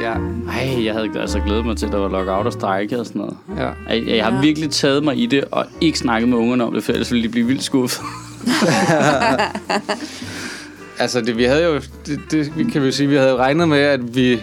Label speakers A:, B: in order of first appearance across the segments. A: Ja.
B: Ej, jeg havde altså glædet mig til, at der var lockout og strejke og sådan noget.
A: ja.
B: Jeg, jeg har
C: Ja.
B: virkelig taget mig i det og ikke snakket med ungerne om det, for ellers ville de blive vildt skuffet.
A: Altså, det, vi havde jo, det, det vi kan vi jo sige, vi havde regnet med, at vi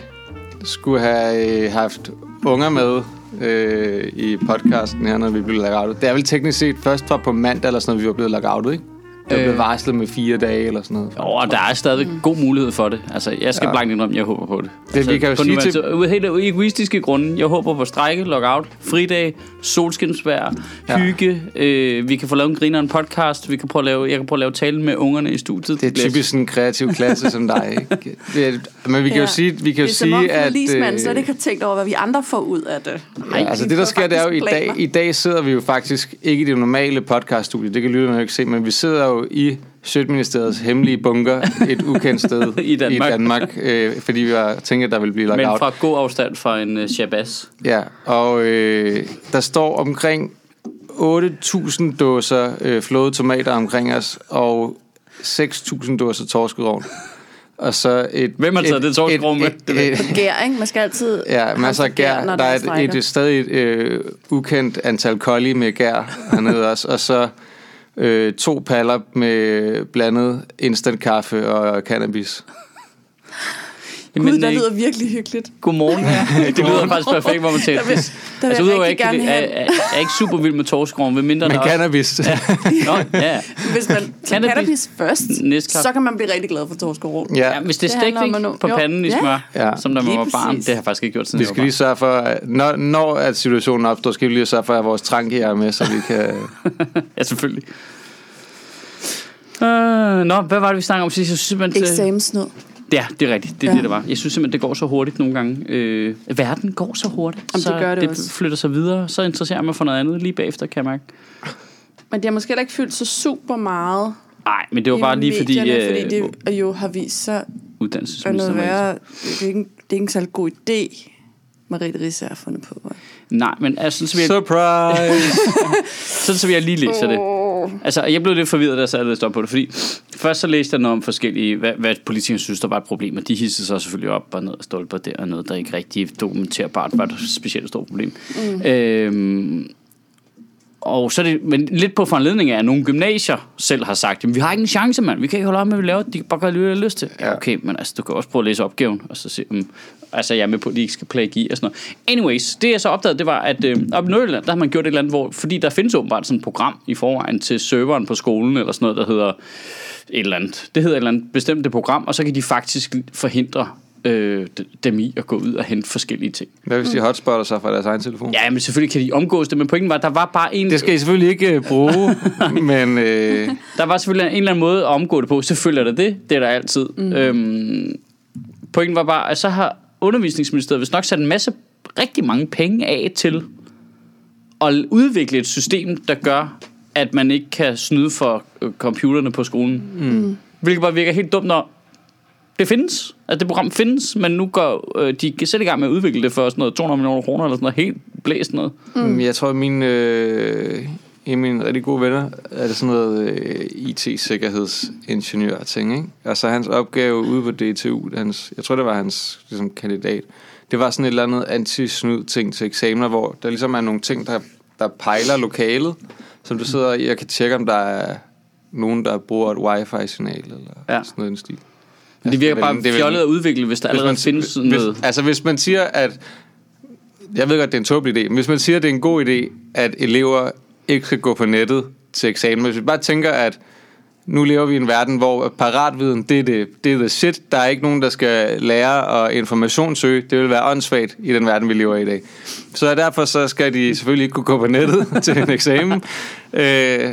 A: skulle have øh, haft unger med øh, i podcasten her, når vi blev lagt outet. Det er vel teknisk set først fra på mandag eller sådan noget, vi var blevet lagt outet, ikke? Det blev
B: Øh.
A: varslet med fire dage eller sådan noget.
B: Jo, og der er stadigvæk mm. god mulighed for det. Altså, jeg skal
A: Ja.
B: ja. blankt indrømme, jeg håber på det. Altså,
A: Det, vi kan jo
B: på
A: sige
B: nuværende
A: til-
B: tid- Ud af helt egoistiske grunde. Jeg håber på strejke, lockout, fridag, solskinsvær,
A: Ja.
B: ja. hygge. Øh, vi kan få lavet en griner en podcast. Vi kan prøve at lave, jeg kan prøve at lave tale med ungerne i studiet.
A: Det er typisk sådan en kreativ klasse som dig, ikke? Det er, men vi kan jo sige, vi kan jo
C: det er som om,
A: sige at...
C: policeman
A: øh,
C: slet ikke har tænkt over, hvad vi andre får ud af det.
A: Ja, altså det, der sker, det er jo i dag, i dag sidder vi jo faktisk ikke i det normale podcaststudie, det kan lytterne jo ikke se, men vi sidder jo i Sødministeriets hemmelige bunker et ukendt sted
B: I Danmark.
A: i Danmark øh, fordi vi var, tænkte, at der ville blive lagt
B: Men
A: out.
B: fra god afstand fra en uh, shabazz.
A: Ja, og øh, der står omkring 8.000 dåser øh, flåede tomater omkring os, og 6.000 dåser torskudovn. Og så et...
B: Hvem har taget
A: et-
B: det torskerov
A: et-
B: med?
A: et-
B: Det ved jeg
A: et-
C: Gær, ikke? Man skal altid...
A: Ja, masser af gær. Der er et, et, et stadig et, øh, ukendt antal kolli med gær hernede også. Og så øh, to paller med blandet instant kaffe og cannabis.
C: Gud,
B: Jamen,
C: der
B: øh,
C: lyder virkelig hyggeligt.
B: Godmorgen. Ja, det lyder faktisk perfekt, hvor man tager
C: Der vil, der vil jeg
B: Altså, udover
C: rigtig
B: jeg ikke,
C: gerne
B: er,
C: have,
B: er, er ikke super vild med torskroven, ved mindre
A: Men
B: der også...
A: cannabis. Ja.
B: Nå, ja.
C: hvis man tager
B: Cannabis-
C: cannabis først,
B: Næstkaffe.
C: så kan man blive rigtig glad for torskoro.
B: ja. hvis det
C: Det
B: er
C: handler
B: stegt
C: om
B: ikke
C: at nå-
B: på
C: Jo.
B: panden i
C: Ja.
B: smør,
A: Ja.
B: som da man
C: Lige
B: var barn,
C: præcis.
B: det har jeg faktisk ikke gjort siden
A: Vi
B: jeg
A: skal
B: var
A: lige sørge for, at- når, når at situationen opstår, skal vi lige sørge for at have vores tranke her med, så vi kan...
B: barn. Ja, selvfølgelig. Øh, nå, hvad var det, vi snakkede om sidst? Jeg synes simpelthen... det-
C: Eksamensnød.
B: Ja, det er rigtigt. Det er
C: Ja.
B: ja. det, der var. Jeg synes simpelthen, det går så hurtigt nogle gange. Øh, verden går så hurtigt.
C: Jamen,
B: så
C: det gør det
B: det
C: også.
B: flytter sig videre. Så interesserer jeg mig for noget andet lige bagefter, kan jeg mærke.
C: Men det har måske heller ikke fyldt så super meget
B: Nej, men det var bare
C: i
B: lige fordi...
C: medierne,
B: øh,
C: fordi det jo har vist sig at
B: uddannelsesministeren
C: noget
B: var
C: værre. Det er ikke, det er ikke en særlig god idé, Marie Risse har fundet på. hva'?
B: Nej, men altså, så vil jeg,
A: Surprise!
B: sådan, så vil jeg lige læse det.
C: Åh.
B: Altså, jeg blev lidt forvirret, da jeg sad og læste op på det, fordi først så læste jeg noget om forskellige, hvad, hvad politikerne synes, der var et problem, og de hissede sig selvfølgelig op og ned og stolper der, og noget, der ikke rigtig dokumenterbart var et specielt stort problem. Mm. Øhm, og så er det, men lidt på foranledning af, at nogle gymnasier selv har sagt, "Jamen, vi har ikke en chance, mand. Vi kan ikke holde op med, at vi laver det. De kan bare gøre, hvad de har lyst til.
A: Ja.
B: Ja. Okay, men altså, du kan også prøve at læse opgaven, og så se, um, altså, jeg er med på, at de ikke skal plage i og sådan noget. Anyways, det jeg så opdagede, det var, at øh, op i Nordjylland, der har man gjort et eller andet, hvor, fordi der findes åbenbart sådan et program i forvejen til serveren på skolen, eller sådan noget, der hedder et eller andet. Det hedder et eller andet bestemt det program, og så kan de faktisk forhindre øh, dem i at gå ud og hente forskellige ting.
A: Hvad hvis de hotspotter sig fra deres egen telefon?
B: Ja, men selvfølgelig kan de omgås det, men pointen var, at der var bare en...
A: Det skal I selvfølgelig ikke øh, bruge, men... Øh,
B: Der var selvfølgelig en eller anden måde at omgå det på. Selvfølgelig er der det. Det er der altid. Mm. Øhm, pointen var bare, at så har undervisningsministeriet vist nok sat en masse, rigtig mange penge af til at udvikle et system, der gør, at man ikke kan snyde for øh, computerne på skolen. Mm. Hvilket bare virker helt dumt, når det findes. Altså det program findes, men nu går øh, de selv i gang med at udvikle det for sådan noget 200 millioner kroner eller sådan noget helt blæst noget.
A: Mm. Jeg tror, at mine, øh, en af mine rigtig gode venner er det sådan noget øh, IT-sikkerhedsingeniør-ting. Ikke? Og så hans opgave ude på DTU, hans, jeg tror, det var hans ligesom, kandidat, det var sådan et eller andet anti-snyd-ting til eksamener, hvor der ligesom er nogle ting, der, der pejler lokalet, som du sidder i og kan tjekke, om der er nogen, der bruger et wifi-signal eller ja.
B: Ja.
A: sådan noget i den stil.
B: Men det
A: Altså,
B: virker
A: vel-
B: bare
A: det er vel-
B: fjollet at udvikle, hvis der
A: hvis
B: allerede findes
A: hvis,
B: noget.
A: Altså hvis man siger, at... Jeg ved godt, det er en tåbelig idé, men hvis man siger, at det er en god idé, at elever ikke skal gå på nettet til eksamen. Hvis vi bare tænker, at nu lever vi i en verden, hvor paratviden, det er det, det er the shit. Der er ikke nogen, der skal lære og informationssøge. Det vil være åndssvagt i den verden, vi lever i i dag. Så derfor så skal de selvfølgelig ikke kunne gå på nettet til en eksamen. Øh,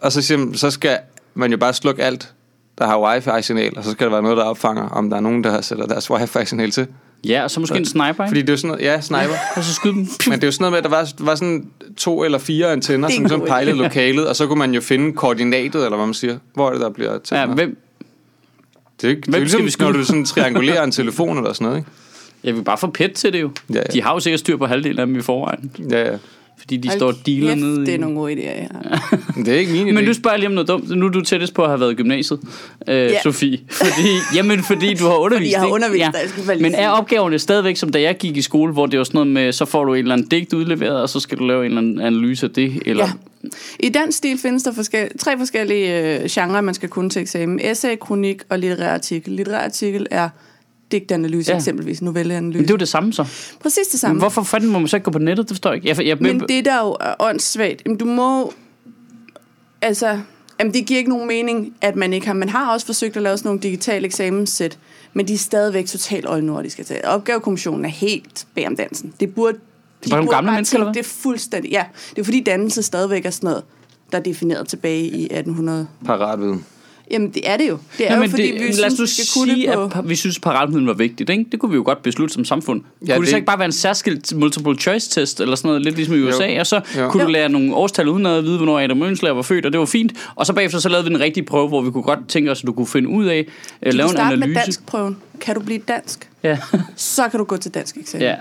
A: og så, siger, man, så skal man jo bare slukke alt, der har wifi-signal, og så skal der være noget, der opfanger, om der er nogen, der sætter deres wifi-signal til.
B: Ja, og så måske en sniper, ikke?
A: Fordi det er jo sådan noget, ja, sniper.
B: Og så skyde dem.
A: Men det er jo sådan noget med, at der var, var sådan to eller fire antenner,
C: Det er
A: som
C: en
A: sådan
C: god
A: pejlede lokalet, og så kunne man jo finde koordinatet, eller hvad man siger. Hvor er det, der bliver tændt?
B: Ja, hvem,
A: det er, jo ikke- det er
B: hvem
A: jo
B: skal vi
A: ligesom,
B: skyde?
A: når du sådan triangulerer en telefon eller sådan noget, ikke?
B: jeg vil bare få pet til det jo.
A: Ja, ja.
B: De har jo sikkert styr på halvdelen af dem i forvejen.
A: Ja, ja.
B: Fordi de står og dealer nede i...
C: det er nogle gode idéer, jeg har.
A: Det er ikke min idé.
B: Men du spørger lige om noget dumt. Nu er du tættest på at have været i gymnasiet, øh,
C: Ja.
B: Sofie. Fordi, jamen, fordi du har undervist.
C: jeg har
B: ikke?
C: undervist, og jeg skulle bare lige
B: Men er
C: sige-
B: opgaverne stadigvæk, som da jeg gik i skole, hvor det var sådan noget med, så får du en eller anden digt udleveret, og så skal du lave en eller anden analyse af det? Eller...
C: Ja. I dansk stil findes der forskel- tre forskellige øh, genrer, man skal kunne til eksamen. Essay, kronik og litterær artikel. Litterær artikel er digtanalyse
B: Ja.
C: ja. eksempelvis, novelleanalyse.
B: Men det er jo
C: Du...
B: det samme så.
C: Præcis det samme.
B: Hvorfor fanden må man så ikke gå på nettet? Det forstår jeg ikke. Jeg, jeg,
C: Men det der jo er åndssvagt, jamen, du må... Altså, jamen, det giver ikke nogen mening, at man ikke har... Man har også forsøgt at lave sådan nogle digitale eksamenssæt, men de er stadigvæk totalt oldnordiske. Altså, Opgavekommissionen er helt bag om dansen. Det burde... Det
B: bare nogle gamle mennesker, eller hvad?
C: Det er fuldstændig... Ja, det er fordi dannelse stadigvæk er sådan noget, der er defineret tilbage i 1800.
A: Paratviden.
C: Jamen, det er det jo. Det er
B: Nå,
C: jo,
B: men
C: fordi
B: det,
C: vi
B: lad os
C: synes,
B: nu
C: vi skal kunne
B: sige,
C: det på...
B: at par- vi synes, paratviden var vigtigt. Ikke? Det kunne vi jo godt beslutte som samfund. Ja,
A: Ja,
B: kunne det, så
A: det-
B: ikke bare være en særskilt multiple choice test, eller sådan noget, lidt ligesom i USA, og så
A: Jo.
B: kunne du
C: Jo.
B: lære nogle årstal uden at vide, hvornår Adam Mønslager var født, og det var fint. Og så bagefter så lavede vi en rigtig prøve, hvor vi kunne godt tænke os, at du kunne finde ud af,
C: Du
B: øh,
C: kan
B: lave en
C: starte
B: analyse.
C: med danskprøven. Kan du blive dansk?
B: Ja.
C: Så kan du gå til dansk eksamen.
B: ja.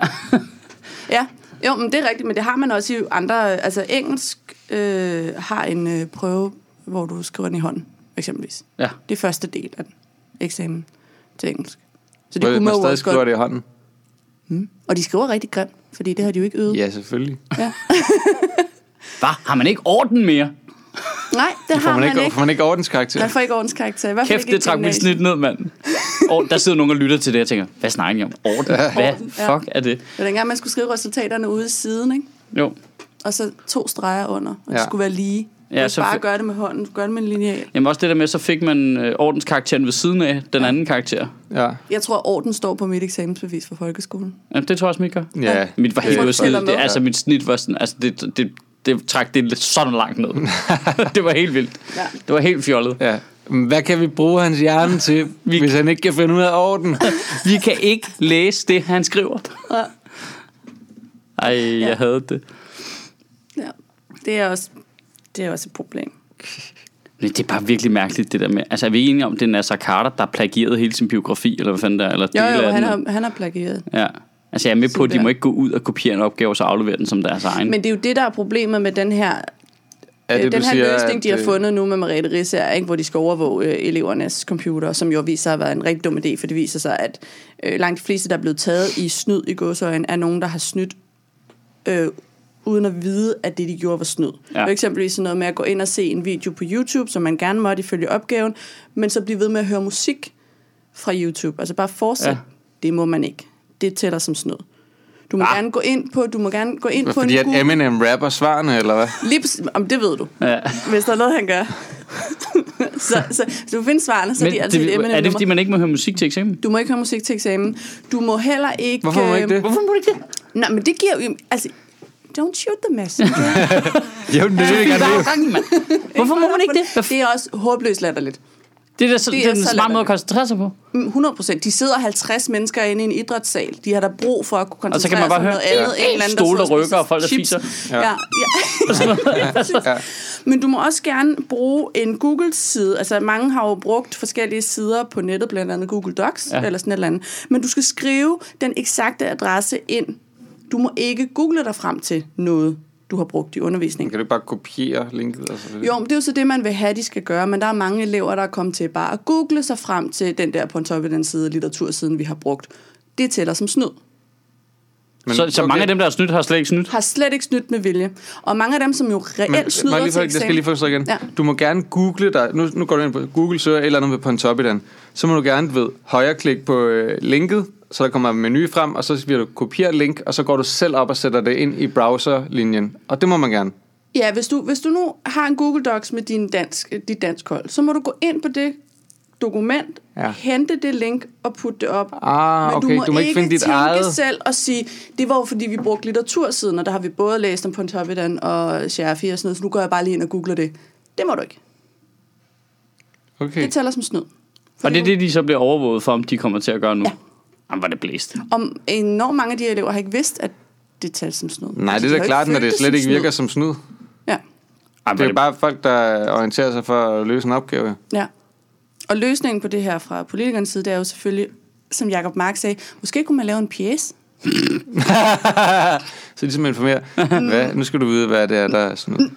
C: Ja, jo, men det er rigtigt, men det har man også i andre... Altså, engelsk øh, har en øh, prøve, hvor du skriver den i hånden, eksempelvis.
B: ja.
C: Det er første del af den, eksamen til engelsk. Så
A: Det
C: det
A: man
C: kunne man jo
A: stadig
C: også
A: skriver
C: godt.
A: det i hånden.
C: Og de skriver rigtig grimt, fordi det har de jo ikke øvet.
A: Ja, selvfølgelig.
C: Ja.
B: Hva? Har man ikke orden mere?
C: Nej, det
A: Får
C: har
A: man, ikke,
C: ikke.
A: får man ikke ordenskarakter?
C: Man får ikke ordenskarakter. I hvert fald
B: Kæft,
C: ikke i
B: det trak mit
C: gymnasiet.
B: snit ned, mand. Og der sidder nogen og lytter til det og tænker, hvad snakker I om? Orden? Hvad
C: Orden, ja.
B: fuck er det?
C: Det var dengang, man skulle skrive resultaterne ude i siden, ikke?
B: Jo.
C: Og så to streger under, og ja.
A: Ja.
C: det skulle være lige.
B: Ja,
C: Ja,
B: så
C: så bare
B: fe-
C: gøre det med hånden, du gør det med en lineal.
B: Jamen også det der med, så fik man øh, ordenskarakteren ved siden af den anden karakter.
A: Ja.
C: Jeg tror, orden står på mit eksamensbevis fra folkeskolen.
B: Ja, det tror jeg også, mit gør.
A: ja.
B: Mit var helt
C: tror, det
B: ude af snit.
C: tæller med.
B: Det, altså, mit snit var sådan, altså, det, det, det trak det lidt sådan langt ned. det var helt vildt.
C: Ja.
B: Det var helt fjollet.
A: Ja. Hvad kan vi bruge hans hjerne til,
B: Vi-
A: hvis han ikke kan finde ud af orden?
B: Vi kan ikke læse det, han skriver.
C: Ja.
B: Ej, jeg havde det.
C: Ja, det er også, det er også et problem.
B: Men det er bare virkelig mærkeligt, det der med... Altså, er vi ikke enige om, det er Nasser Carter, der har plagieret hele sin biografi, eller hvad fanden der er? Eller
C: Jo,
B: dele
C: jo,
B: af
C: han
B: den?
C: har, han har plagieret.
B: Ja. Altså, jeg er med på, at de
C: Sådan.
B: må ikke gå ud og kopiere en opgave, og så aflevere den som deres egen.
C: Men det er jo det, der er problemet med den her,
A: Er
C: det, den
A: du
C: her
A: siger,
C: løsning, de
A: at,
C: har
A: øh,
C: fundet nu med Merete Risser, ikke, hvor de skal overvåge øh, elevernes computer, som jo viser sig at være en rigtig dum idé, for det viser sig, at øh, langt de fleste, der er blevet taget i snyd i godsøjen, er nogen, der har snydt øh, uden at vide, at det, de gjorde, var snyd.
B: Ja.
C: Ja. For eksempelvis sådan noget med at gå ind og se en video på YouTube, som man gerne måtte ifølge opgaven, men så blive ved med at høre musik fra YouTube. Altså bare fortsæt.
B: Ja.
C: Ja. Det må man ikke. Det tæller som snyd. Du må ah. gerne gå ind på, du må gerne gå ind
A: Hvad,
C: på
A: Fordi
C: en
A: at
C: Google-
A: Eminem rapper svarene, eller hvad?
C: Lige præcis, om det ved du.
B: Ja.
C: Hvis der er noget, han gør. så, så, så du finder svarene, så er
B: Men
C: de altid det, et
B: det,
C: Eminem
B: er det, fordi man ikke må høre musik til eksamen?
C: Du må ikke høre musik til eksamen. Du må heller ikke... øhm,
A: Hvorfor må man ikke det?
B: Hvorfor må du ikke det?
C: Nej, men det giver jo... Altså, don't shoot the messenger.
A: Jo, det vil jeg
B: Der
A: gerne
B: er jo
A: vide.
B: gang i, mand. Hvorfor må man ikke det? Hvad f-
C: Det er også håbløst latterligt.
B: Det er, da så,
C: Det
B: det
C: er
B: er,
C: så
B: en smart
C: latterligt.
B: måde at koncentrere sig på.
C: Mm, 100 procent. De sidder 50 mennesker inde i en idrætssal. De har da brug for at kunne koncentrere
B: Og så kan man bare
C: sig om
B: høre,
C: noget andet.
B: "Øh,
C: En eller anden,
B: stole, der
C: sidder
B: rykker, og folk, der
C: spiser
B: fiser."
C: Ja. ja. ja. Men du må også gerne bruge en Google-side. Altså, mange har jo brugt forskellige sider på nettet, blandt andet Google Docs
B: Ja.
C: ja. eller sådan et eller andet. Men du skal skrive den eksakte adresse ind. Du må ikke google dig frem til noget, du har brugt i undervisningen.
A: Kan du ikke bare kopiere linket? Og så videre?
C: Jo, men det er jo så det, man vil have, de skal gøre, men der er mange elever, der er kommet til bare at google sig frem til den der på en top af den side litteratursiden, vi har brugt. Det tæller som snyd.
A: Men-
B: så, så
A: okay.
B: mange af dem, der har snydt, har slet ikke snydt.
C: Har slet ikke snydt med vilje. Og mange af dem, som jo reelt
A: Men,
C: snyder
A: må jeg lige få,
C: til
A: jeg skal lige
C: eksamen,
A: forstå igen. Ja.
C: Ja.
A: Du må gerne google dig. Nu, nu går du ind på Google, søger et eller andet med Pontoppidan. Så må du gerne ved højreklik på øh, linket, så der kommer en menu frem, og så bliver du kopier link, og så går du selv op og sætter det ind i browserlinjen. Og det må man gerne.
C: Ja, hvis du, hvis du nu har en Google Docs med din dansk, dit dansk hold, så må du gå ind på det dokument,
A: Ja.
C: ja. hente det link og putte det op.
A: Ah,
C: Men
A: okay, du må ikke finde dit
C: tænke
A: eget.
C: selv og sige, det var jo fordi, vi brugte litteratursiden, og der har vi både læst om Pontoppidan og Scherfi og sådan noget, så nu går jeg bare lige ind og googler det. Det må du ikke.
A: Okay.
C: Det tæller som snyd.
B: Og det er det, de så bliver overvåget for, om de kommer til at gøre nu.
C: Ja.
B: Jamen, var det blæst.
C: Om enormt mange af de her elever har ikke vidst, at det tæller som snyd.
A: Nej,
C: Altså,
A: det
C: de har
A: er da
C: jo
A: klart, når
C: følt
A: det slet
C: som
A: ikke
C: snyd.
A: virker som snyd.
C: Ja,
B: Jamen,
A: Det
B: var
A: er bare folk, der orienterer sig for at løse en opgave.
C: ja. Og løsningen på det her fra politikernes side, det er jo selvfølgelig, som Jacob Mark sagde, måske kunne man lave en pjæs.
A: så ligesom informerer, hvad, nu skal du vide, hvad det er, der er sådan noget.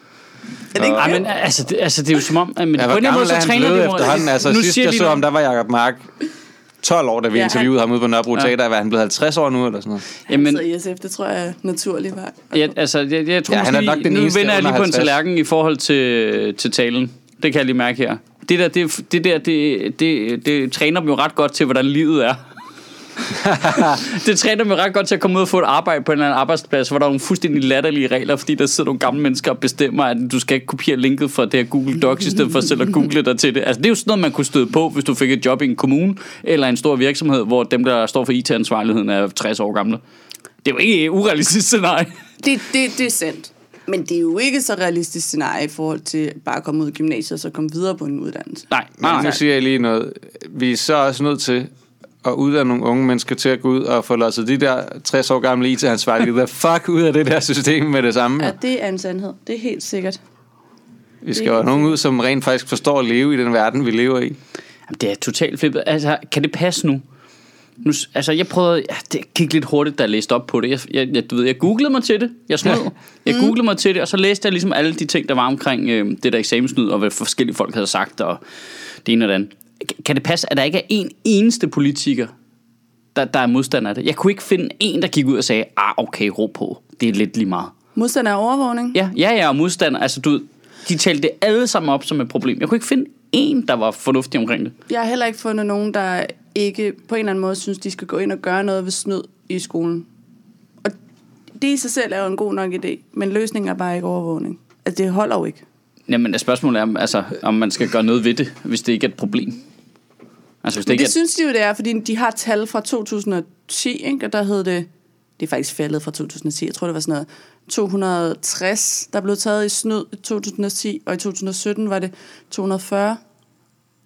C: Er det ikke
B: Ej,
C: fedt?
B: men altså det, altså, det er jo som om... at- Men
A: Ja,
B: på en
A: hvor
B: eller anden
A: gammel
B: måde,
A: er
B: så
A: han
B: træner
A: blevet
B: de mod-
A: efterhånden? Altså,
B: nu
A: sidst
B: siger
A: jeg
B: de
A: så
B: nu-
A: ham, der var Jacob Mark 12 år, da vi
C: Ja,
A: interviewede ham ude på Nørrebro
B: Ja.
A: Teater. Hvad er han blevet 50 år nu, eller sådan noget?
B: Jamen,
C: Så ISF, det tror jeg er naturlig vej.
B: Ja, altså, jeg, jeg tror
A: Ja,
B: ja,
A: han
B: måske,
A: er nok den
B: nu
A: eneste
B: vender jeg
A: under
B: lige på en
A: 50.
B: tallerken i forhold til, til talen. Det kan jeg lige mærke her. Det der, det, det, der det, det, det træner dem jo ret godt til, hvordan livet er. det træner dem jo ret godt til at komme ud og få et arbejde på en eller anden arbejdsplads, hvor der er nogle fuldstændig latterlige regler, fordi der sidder nogle gamle mennesker og bestemmer, at du skal ikke kopiere linket fra det her Google Docs, i stedet for selv at google dig til det. Altså, det er jo sådan noget, man kunne støde på, hvis du fik et job i en kommune eller en stor virksomhed, hvor dem, der står for IT-ansvarligheden, er 60 år gamle. Det er jo ikke et urealistisk scenarie.
C: Det, det, det er sandt. Men det er jo ikke så realistisk scenarie i forhold til bare at komme ud af gymnasiet og så komme videre på en uddannelse.
B: Nej, nej,
A: Men
B: nej.
A: nu siger jeg lige noget. Vi er så også nødt til at uddanne nogle unge mennesker til at gå ud og få losset de der 60 år gamle IT-ansvarlige the fuck ud af det der system med det samme.
C: Ja, det er en sandhed. Det er helt sikkert.
A: Vi skal jo have nogen ud, som rent faktisk forstår at leve i den verden, vi lever i.
B: Jamen, det er totalt flippet. Altså, kan det passe nu? nu s- altså, jeg prøvede... Ja, det gik lidt hurtigt, da jeg læste op på det. Jeg, jeg, jeg, du ved, jeg googlede mig til det. Jeg snød. Jeg googlede mig til det, og så læste jeg ligesom alle de ting, der var omkring øh, det der eksamenssnyd, og hvad forskellige folk havde sagt, og det ene og det andet. Kan- Kan det passe, at der ikke er en eneste politiker, der, der er modstander af det? Jeg kunne ikke finde en, der gik ud og sagde, ah, okay, ro på. Det er lidt lige meget.
C: Modstand er overvågning.
B: Ja, ja, ja, og modstander. Altså, du, ved, de talte det alle sammen op som et problem. Jeg kunne ikke finde en, der var fornuftig omkring det.
C: Jeg har heller ikke fundet nogen, der ikke på en eller anden måde synes, de skal gå ind og gøre noget ved snyd i skolen. Og det i sig selv er jo en god nok idé, men løsningen er bare ikke overvågning. Altså, det holder jo ikke.
B: Jamen, det spørgsmålet er, om- altså, om man skal gøre noget ved det, hvis det ikke er et problem. Altså, hvis det,
C: Men
B: ikke
C: det
B: er...
C: synes de jo, det er, fordi de har tal fra 2010, ikke? og der hed det, det er faktisk faldet fra 2010, jeg tror det var sådan noget, 260, der blev taget i snyd i 2010, og i 2017 var det 240.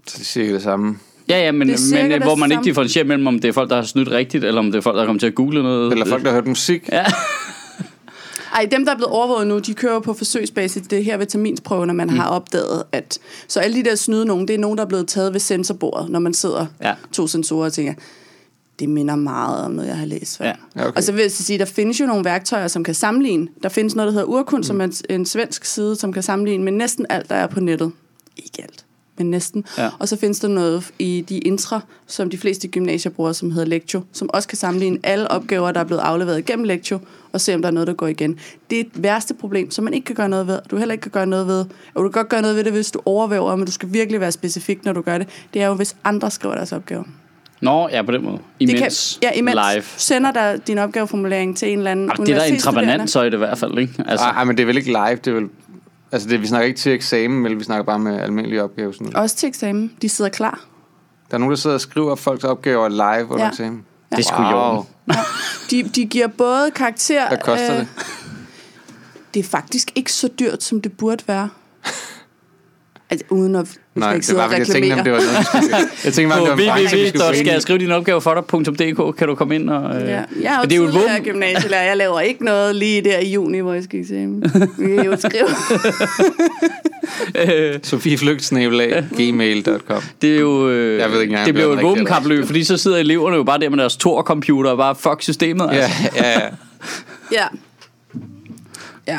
A: Så det siger det samme.
B: Ja, ja, men,
C: det er cirka
B: men øh,
C: det
B: hvor man ikke
C: samme.
B: differentierer mellem, om det er folk, der har snydt rigtigt, eller om det er folk, der kommer til at google noget.
A: Eller folk, der har hørt musik. Ja.
C: Ej, dem, der er blevet overvåget nu, de kører jo på forsøgsbasis. Det er her ved terminsprøven, at man mm. har opdaget, at... Så alle de der snyde nogen, det er nogen, der er blevet taget ved sensorbordet, når man sidder
B: Ja.
C: ja. to sensorer og tænker, det minder meget om noget, jeg har læst før.
B: Ja.
A: Ja, okay.
C: Og så vil jeg så sige, der findes jo nogle værktøjer, som kan sammenligne. Der findes noget, der hedder Urkund, mm. som er en- en svensk side, som kan sammenligne med næsten alt, der er på nettet. Ikke alt, men næsten.
B: Ja.
C: Og så findes der noget i de intra, som de fleste gymnasier bruger, som hedder Lectio, som også kan sammenligne alle opgaver, der er blevet afleveret gennem Lectio, og se, om der er noget, der går igen. Det er et værste problem, som man ikke kan gøre noget ved, og du heller ikke kan gøre noget ved. Og du kan godt gøre noget ved det, hvis du overvæver, men du skal virkelig være specifik, når du gør det. Det er jo, hvis andre skriver deres opgaver.
B: Nå, ja, på den måde.
C: Det
B: Imens.
C: kan, ja, imens.
B: Live.
C: Du sender der din opgaveformulering til en eller anden
B: Jamen, det er der intrabanant,
C: universitetsstuderende.
B: så er det i hvert fald, ikke? Altså,
A: Ej, Ah, men det er vel ikke live, det er vel... Altså, det, vi snakker ikke til eksamen, men vi snakker bare med almindelige opgaver. Sådan. noget.
C: Også til eksamen. De sidder klar.
A: Der er nogen, der sidder og skriver folks opgaver live under
C: Ja.
A: eksamen.
B: det er sgu wow. i orden.
C: De, de giver både karakter... øh,
A: Hvad koster det?
C: Det er faktisk ikke så dyrt, som det burde være. Altså, uden at... vi skal
A: Nej,
C: ikke
A: det
C: sidde
A: var,
C: og
A: fordi jeg tænkte, om det
C: reklamere.
A: var noget, vi skulle Jeg tænkte, bare, om
B: På
A: det var en branche, vi
B: www,
A: skulle
B: der skal jeg
A: finde.
B: skrive dine opgaver for dig.dk, kan du komme ind og...
C: Ja.
B: Øh...
C: Jeg er jo
B: Men det er jo et
C: tidligere
B: våben.
C: gymnasielærer. Jeg laver ikke noget lige der i juni, hvor jeg skal i eksamen. Vi kan jo skrive.
B: Øh,
A: Sofieflygtsnabelag.gmail.com
B: det er jo... Øh,
A: Jeg ved ikke engang,
B: det
A: om det
B: bliver
A: var
B: jo
A: den
B: et
A: rigtige
B: våbenkapløb, fordi så sidder eleverne jo bare der med deres Tor-computer og bare fuck systemet.
A: Ja,
B: Altså.
A: ja, ja.
C: Ja. Ja.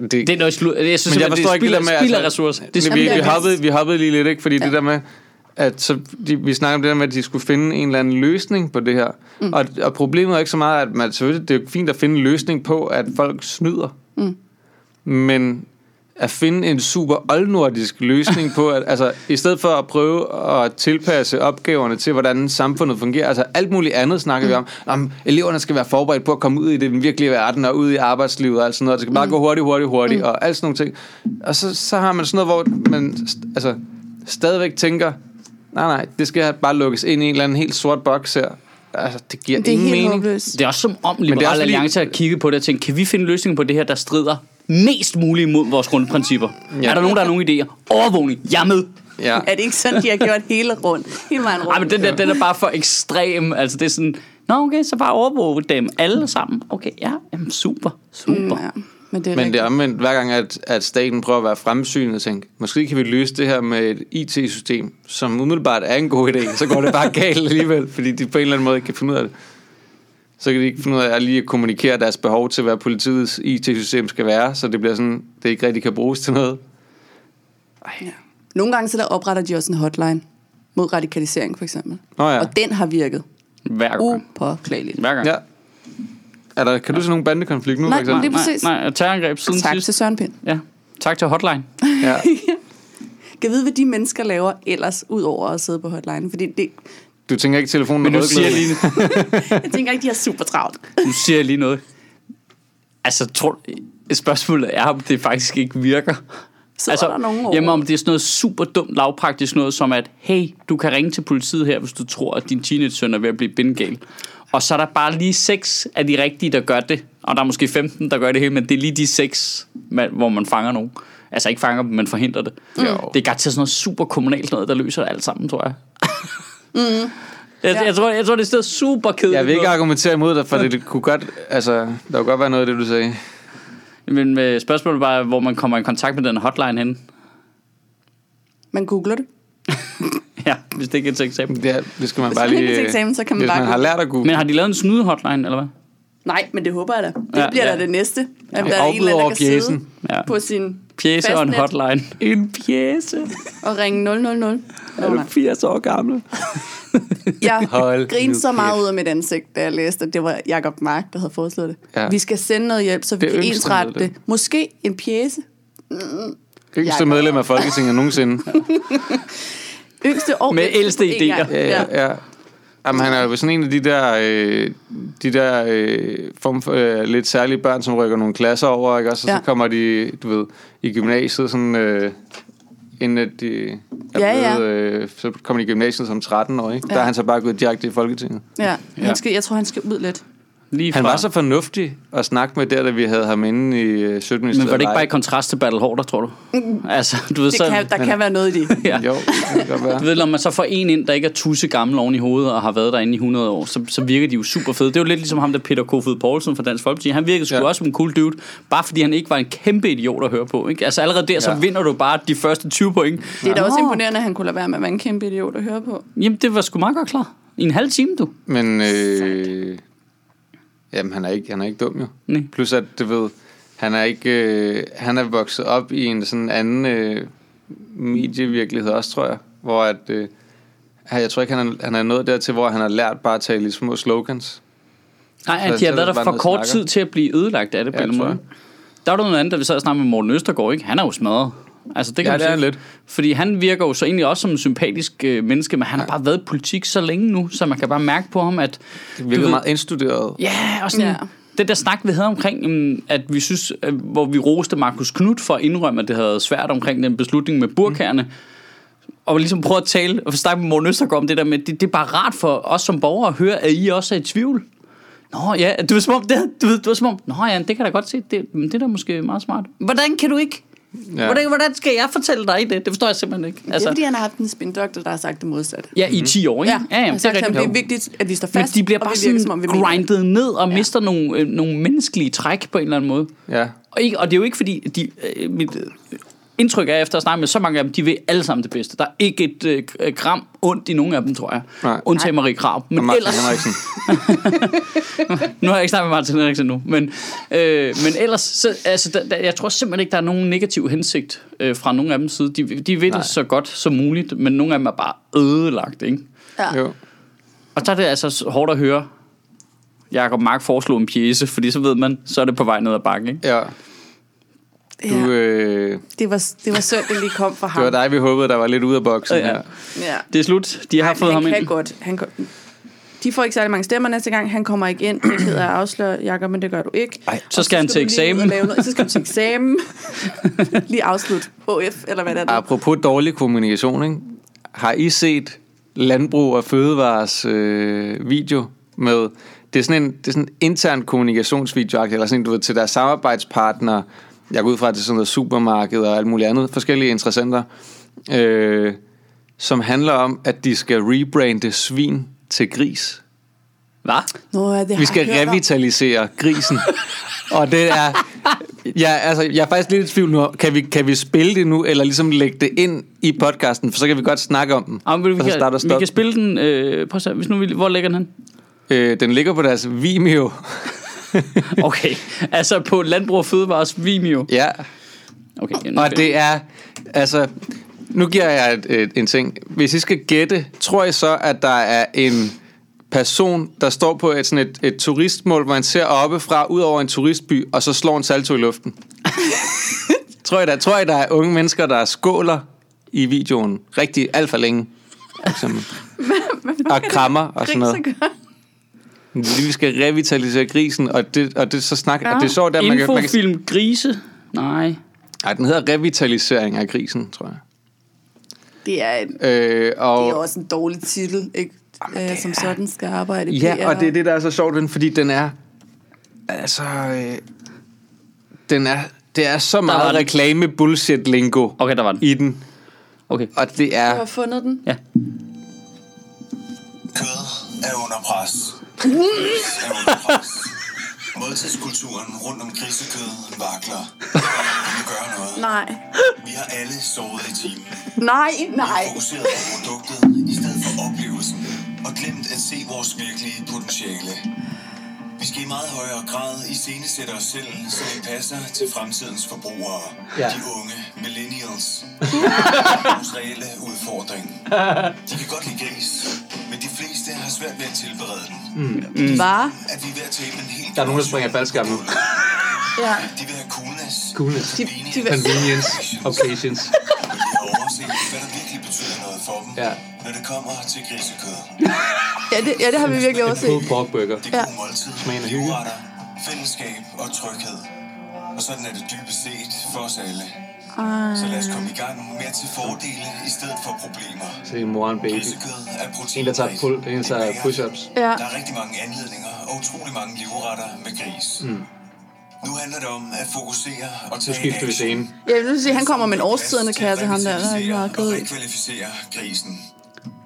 A: Det,
B: Det er noget slu- Jeg synes,
A: men jeg
B: simpelthen,
A: forstår
B: det
A: ikke
B: spilder,
A: det der med... altså,
B: spilder ressourcer. Det
A: Det,
B: spilder
A: vi,
C: Jamen,
A: vi,
C: jeg kan-
A: hoppede, vi hoppede lige lidt, ikke? Fordi ja. det der med, at så, de, vi snakker om det der med, at de skulle finde en eller anden løsning på det her. Mm. Og, og problemet er ikke så meget, at man, selvfølgelig, det er jo fint at finde en løsning på, at folk snyder. Mm. Men at finde en super oldnordisk løsning på, at, altså, i stedet for at prøve at tilpasse opgaverne til, hvordan samfundet fungerer, altså alt muligt andet snakker mm. vi om, om, eleverne skal være forberedt på at komme ud i den virkelige verden, og ud i arbejdslivet og alt sådan noget, det skal bare mm. gå hurtigt, hurtigt, hurtigt, mm. og alt sådan nogle ting. Og så, så har man sådan noget, hvor man st- altså, stadigvæk tænker, nej, nej, det skal bare lukkes ind i en eller anden helt sort boks her. Altså, det giver
C: Det er
A: ingen
C: helt
A: mening.
C: håbløst.
B: Det er også som om
A: det er
B: Liberale
A: også fordi-
B: Alliance har kigget på det og tænkt, kan vi finde løsninger på det her, der strider mest muligt mod vores grundprincipper? Ja. Er der nogen, der har nogle idéer? Overvågning, jeg er med.
A: Ja.
C: Er det ikke sådan, de har gjort hele rundt? Hele vejen rundt.
B: Ej, men den der, den er bare for ekstrem. Altså, det er sådan, nå okay, så bare overvåge dem alle sammen. Okay, ja, jamen, super, super.
C: Mm,
A: Mm.
C: Ja, men det er
A: Men
C: rigtigt.
A: det er omvendt, hver gang, at, at staten prøver at være fremsynet og tænke, måske kan vi løse det her med et IT-system, som umiddelbart er en god idé, så går det bare galt alligevel, fordi de på en eller anden måde ikke kan finde ud af det. så kan de ikke finde ud af at lige kommunikere deres behov til, hvad politiets IT-system skal være, så det bliver sådan, det ikke rigtig kan bruges til noget.
C: Ja. Nogle gange så der opretter de også en hotline mod radikalisering, for eksempel.
A: Nå ja.
C: Og den har virket
B: Hver gang.
C: upåklageligt.
B: Hver gang.
A: Uh. Ja. Er der, kan du se nogen bandekonflikt nu,
C: Nej,
A: for eksempel?
C: det er præcis.
B: Nej, nej, terrorangreb siden
C: Tak
B: sidst.
C: til Søren Pind.
B: Ja. Tak til Hotline.
A: Ja.
C: Kan vide, hvad de mennesker laver ellers, ud over at sidde på hotline? Fordi det,
A: Du tænker ikke telefonen
B: Men
A: er
B: nu siger, jeg
A: rødglødende?
B: lige,
C: jeg tænker ikke, de har super travlt.
B: nu siger jeg lige noget. Altså, tror, spørgsmålet er, om det faktisk ikke virker.
C: Sidder altså, der nogen over?
B: jamen, om det er sådan noget super dumt lavpraktisk noget, som at, hey, du kan ringe til politiet her, hvis du tror, at din teenage-søn er ved at blive bindegal. Og så er der bare lige seks af de rigtige, der gør det. Og der er måske 15, der gør det hele, men det er lige de seks, man, hvor man fanger nogen. Altså ikke fanger dem, men forhindrer det. Mm. Det er garanteret sådan noget super kommunalt noget, der løser det alt sammen, tror jeg. mm. jeg,
C: Ja.
B: jeg, tror, jeg tror, det er super kedeligt.
A: Jeg vil ikke
B: noget.
A: argumentere imod dig, for det, det kunne godt, altså, der kunne godt være noget af det, du sagde.
B: Men øh, spørgsmålet var, hvor man kommer i kontakt med den hotline hen.
C: Man googler det.
B: Ja, hvis det ikke er til eksamen.
A: Ja, det skal man
C: Hvis
A: bare
C: man
A: lige...
C: ikke til eksamen, så kan man
A: hvis
C: bare
A: man har
C: google.
A: lært at google.
B: Men har de lavet en snyde hotline, eller hvad?
C: Nej, men det håber jeg da. Det
B: Ja,
C: ja, bliver
B: ja.
C: ja. da det næste. At
A: Det
C: der er en eller anden, der
A: afbryder
C: kan sidde
A: pjecen.
B: Ja.
C: på sin
B: Pjæse og en
C: fastnet
B: hotline. En pjæse?
C: og ringe 000.
B: Er
C: Oh,
B: du
C: nej.
B: 80 år gammel?
C: Jeg
A: Hold nu
C: grinede så meget
A: kæft.
C: ud af mit ansigt, da jeg læste, at det var Jacob Mark, der havde foreslået det.
A: Ja.
C: Ja. Vi skal sende noget hjælp, så vi
A: Det
C: kan
A: yngste
C: ensrette
A: medlem.
C: det. Måske en pjæse.
A: Yngste
C: Jakob.
A: medlem af Folketinget nogensinde.
C: Yngste og
B: Med
C: ældste på
B: ældste
C: én
B: idéer.
C: gang.
A: Ja, ja, ja. Jamen, han er jo sådan en af de der, øh, de der øh, form for, øh, lidt særlige børn, som rykker nogle klasser over, ikke? Og så, ja. så
C: Ja.
A: kommer de, du ved, i gymnasiet sådan... Øh, inden at de er
C: Ja,
A: blevet, Øh, så kommer de i gymnasiet som 13 år, ikke?
C: Ja.
A: Ja. Der er han så bare gået direkte i Folketinget.
C: ja.
B: Ja.
C: Han skal, jeg tror, han skal ud lidt.
B: Lige fra.
A: Han var så fornuftig at snakke med der, da vi havde ham inde i øh, 17
B: Men var det ikke bare i kontrast til Battle Hårder, tror du? Altså, du ved
C: Mm. Det
B: så...
C: kan, der kan være noget i det.
B: ja.
A: Jo, det kan godt være.
B: Du ved, når man så får en ind, der ikke er tusse gammel oven i hovedet og har været derinde i 100 år, så, så virker de jo super fede. Det er jo lidt ligesom ham der Peter Kofod Poulsen fra Dansk Folkeparti. Han virkede sgu
A: Ja.
B: ja. også som en cool dude, bare fordi han ikke var en kæmpe idiot at høre på. Ikke? Altså allerede der, ja. så
A: Ja.
B: vinder du bare de første 20 point.
C: Det er da også
B: Nå.
C: imponerende, at han kunne lade være med at være en kæmpe idiot at høre på.
B: Jamen, det var sgu meget godt klar. I en halv time, du.
A: Men øh, jamen, han er ikke han er ikke dum jo.
B: Nej.
A: Plus at du ved, han er ikke øh, han er vokset op i en sådan anden øh, medievirkelighed også tror jeg, hvor at øh, han- jeg tror ikke han er, han er nået dertil hvor han har lært bare at tale i små slogans.
B: Nej,
A: Så
B: at de har
A: så
B: været
A: er
B: der
A: det
B: for
A: bare
B: kort
A: noget
B: tid til at blive ødelagt af det på
A: Ja,
B: en eller
A: tror
B: anden måde. Der var der noget andet, da vi sad og snakkede med Morten Østergaard, ikke? Han er jo smadret. Altså, det kan
A: Ja,
B: man
A: det er
B: sige.
A: han lidt.
B: Fordi han virker jo så egentlig også som en sympatisk øh, menneske, men han har bare været i politik så længe nu, så man kan bare mærke på ham, at...
A: Det virker meget indstuderet.
B: Ja, og sådan...
C: Ja.
B: Det der snak, vi havde omkring, øhm, at vi synes, øh, hvor vi roste Markus Knudt for at indrømme, at det havde været svært omkring den beslutning med burkærne,
C: Mm.
B: og ligesom prøve at tale og snakke med Morten Østergaard om det der med, det, det er bare rart for os som borgere at høre, at I også er i tvivl. Nå ja, du var som om, det, du, ved, du var som om, nå ja, det kan jeg da godt se, det, men det er da måske meget smart. Hvordan kan du ikke?
A: Ja.
B: Ja. Hvordan, hvordan skal jeg fortælle dig det? Det forstår jeg simpelthen ikke.
C: Det er,
B: Altså,
C: fordi han har haft en spindoktor, der har sagt det modsatte.
B: ja, i 10 år, ikke?
C: Ja, altså,
B: ja,
C: han har
B: jamen, det er
C: sagt, at
B: rigtigt.
C: det er vigtigt, at vi står
B: Men
C: fast,
B: de bliver
C: og
B: bare
C: vi virker, som
B: sådan
C: om vi mener det.
B: grindet ned og mister nogle, øh, nogle menneskelige træk på en eller anden måde.
A: Ja.
B: Og, ikke, og det er jo ikke fordi, de, øh, mit øh, indtryk er efter at snakke med så mange af dem, de vil alle sammen det bedste. Der er ikke et øh, øh, gram ondt i nogen af dem, tror jeg.
A: Nej.
B: Undtagen Marie Krav.
A: Og
B: Men
A: Martin
B: ellers,
A: Henriksen.
B: nu har jeg ikke snakket med Martin Henriksen nu, men, øh, men ellers, så, altså, der, der, jeg tror simpelthen ikke, der er nogen negativ hensigt øh, fra nogen af dem side. De, de vil
A: Nej.
B: det så godt som muligt, men nogle af dem er bare ødelagt, ikke?
C: Ja.
A: Jo.
B: Og så er det altså s- hårdt at høre Jakob Mark foreslå en pjæse, fordi så ved man, så er det på vej ned ad bakken, ikke?
A: Ja. Du,
C: ja.
A: øh,
C: Det, var, det var synd, det lige kom fra ham.
A: det var dig, vi håbede, der var lidt ude af boksen
B: Ja.
A: ja. her.
C: Ja.
B: Det er slut. De har
C: Ej,
B: fået
C: han
B: ham
C: kan
B: ind.
C: godt. Han kan... De får ikke særlig mange stemmer næste gang. Han kommer ikke ind. Det hedder at afsløre, Jacob, men det gør du ikke.
B: Ej, så
C: Og
B: skal han
C: du
B: til
C: lige ud og
B: eksamen.
C: lave noget. Så skal du til eksamen. lige afslut. HF, eller hvad det er. der.
A: Apropos dårlig kommunikation, ikke? har I set Landbrug og Fødevares øh, video med... Det er sådan en, det er sådan en intern kommunikationsvideo, eller sådan en, du ved, til deres samarbejdspartnere. Jeg går ud fra, at det er sådan noget supermarked og alt muligt andet. Forskellige interessenter. Øh, som handler om, at de skal rebrande svin til gris.
B: Hvad?
C: Nå, ja, det har
A: Vi skal
C: jeg hørt om.
A: revitalisere grisen. Og det er... Ja, altså, jeg er faktisk lidt i tvivl nu. Kan vi, kan vi spille det nu, eller ligesom lægge det ind i podcasten? For så kan vi godt snakke om den.
B: Ah, men vi,
A: og så
B: kan,
A: starte og
B: vi
A: stoppe.
B: kan spille den. Øh, prøv at se, hvis nu vi, hvor ligger den hen?
A: Øh, den ligger på deres Vimeo.
B: Okay, altså på Landbrug og Fødevares Vimeo.
A: ja,
B: Okay, nu
A: og det er, altså, nu giver jeg et, et, en ting. Hvis I skal gætte, tror jeg så, at der er en person, der står på et, sådan et, et turistmål, hvor han ser oppefra, ud over en turistby, og så slår en salto i luften. tror, jeg, der, tror jeg, der er unge mennesker, der skåler i videoen rigtig alt for længe. For eksempel. og krammer og sådan noget. Vi skal revitalisere grisen, og det, og det så snak, ja. og det er så der, man kan, man kan,
B: Infofilm Grise? Nej.
A: Ej, den hedder revitalisering af grisen, tror jeg.
C: Det er, en, det
A: Øh,
C: er
A: og,
C: også en dårlig titel, ikke? Jamen, som sådan skal arbejde i
A: ja,
C: PR.
A: og det er det, der er så sjovt, ved den, fordi den er... Altså... Øh, den er... Det er så
B: var
A: meget
B: den.
A: reklame-bullshit-lingo
B: Okay, der var den.
A: i den.
B: Okay.
A: Og det
C: Du har
A: er...
C: fundet den.
B: Ja.
D: Kød er under pres. Gris er under pres. Måltidskulturen rundt om grisekød vakler. Vi må gøre noget.
C: Nej.
D: Vi har alle sovet i timen.
C: Nej, nej.
D: Fokuseret på produktet i stedet for oplevelsen. Og glemt at se vores virkelige potentiale. Vi skal i meget højere grad iscenesætte os selv, så vi passer til fremtidens forbrugere.
A: Ja.
D: Ja. De unge millennials. Vores reelle udfordring. De kan godt lide gris, men de fleste har svært ved at tilberede den.
C: Var?
D: At vi er ved at tabe en helt
A: Mm. Der er nogen, der springer i faldskærm nu.
C: Ja.
D: De vil have coolness.
A: Coolness.
C: De, de vil,
A: Convenience. Occasions.
D: Men de har overset, hvad der virkelig betyder noget for dem,
A: Ja.
D: når det kommer til grisekød.
C: ja, det, ja, det har vi virkelig overset.
A: pork burger.
D: Det
C: Ja.
D: gode måltid,
A: Smagen af hygge.
D: livretter, fællesskab og tryghed. Og sådan er det dybest set for os alle. Så lad os komme i gang med at se fordele i stedet for problemer.
A: Så er mor og en baby.
D: Grisekød er protein.
A: En, der tager pull, en, der tager push-ups.
C: Ja.
D: Der er rigtig mange anledninger og utrolig mange livretter med gris. Nu handler det om at fokusere og tage
A: Mm. Nu skifter vi
D: action.
A: scenen.
C: Ja, jeg vil sige, han kommer med en årstiderne kasse, ham der, der er ikke meget kød i.
D: rekvalificere grisen.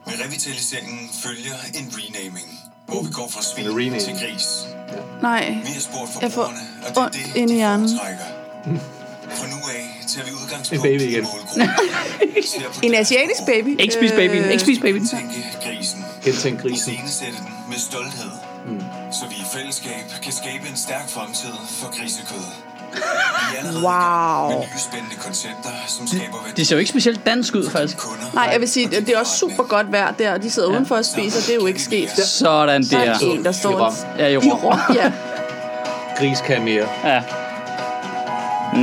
D: Med revitaliseringen følger en renaming, hvor vi går fra svin
A: En renaming.
D: til gris.
C: Nej.
D: Vi har spurgt
C: Jeg får
D: forbrugerne, og det er
C: ondt
D: det,
C: inde i
D: de
C: hjernen.
D: foretrækker. Fra nu af tager vi udgangspunkt
A: En baby
D: i
A: igen.
D: målgruppen. Ser på
C: En
D: den
C: asiatisk baby.
B: Ikke spis babyen,
C: Øh,
B: ikke spis babyen.
D: tænke grisen.
A: Gentænk Mm. grisen.
D: Iscenesætte den med stolthed. Så vi i fællesskab kan skabe en stærk fremtid for grisekød. Vi er allerede i gang med
C: Wow.
D: nye spændende koncepter, som skaber værdi
B: Det ser jo ikke specielt dansk ud, faktisk.
D: til kunder.
C: Nej, jeg vil sige, det er også super godt vejr der, og de sidder udenfor og spiser, det er jo ikke sket.
B: Sådan
C: Så er der
B: der.
C: en, der står
A: I Rom.
B: Ja, i
C: i Rom.
B: Rom.
C: Ja.
A: Gris kan mere.
B: Ja.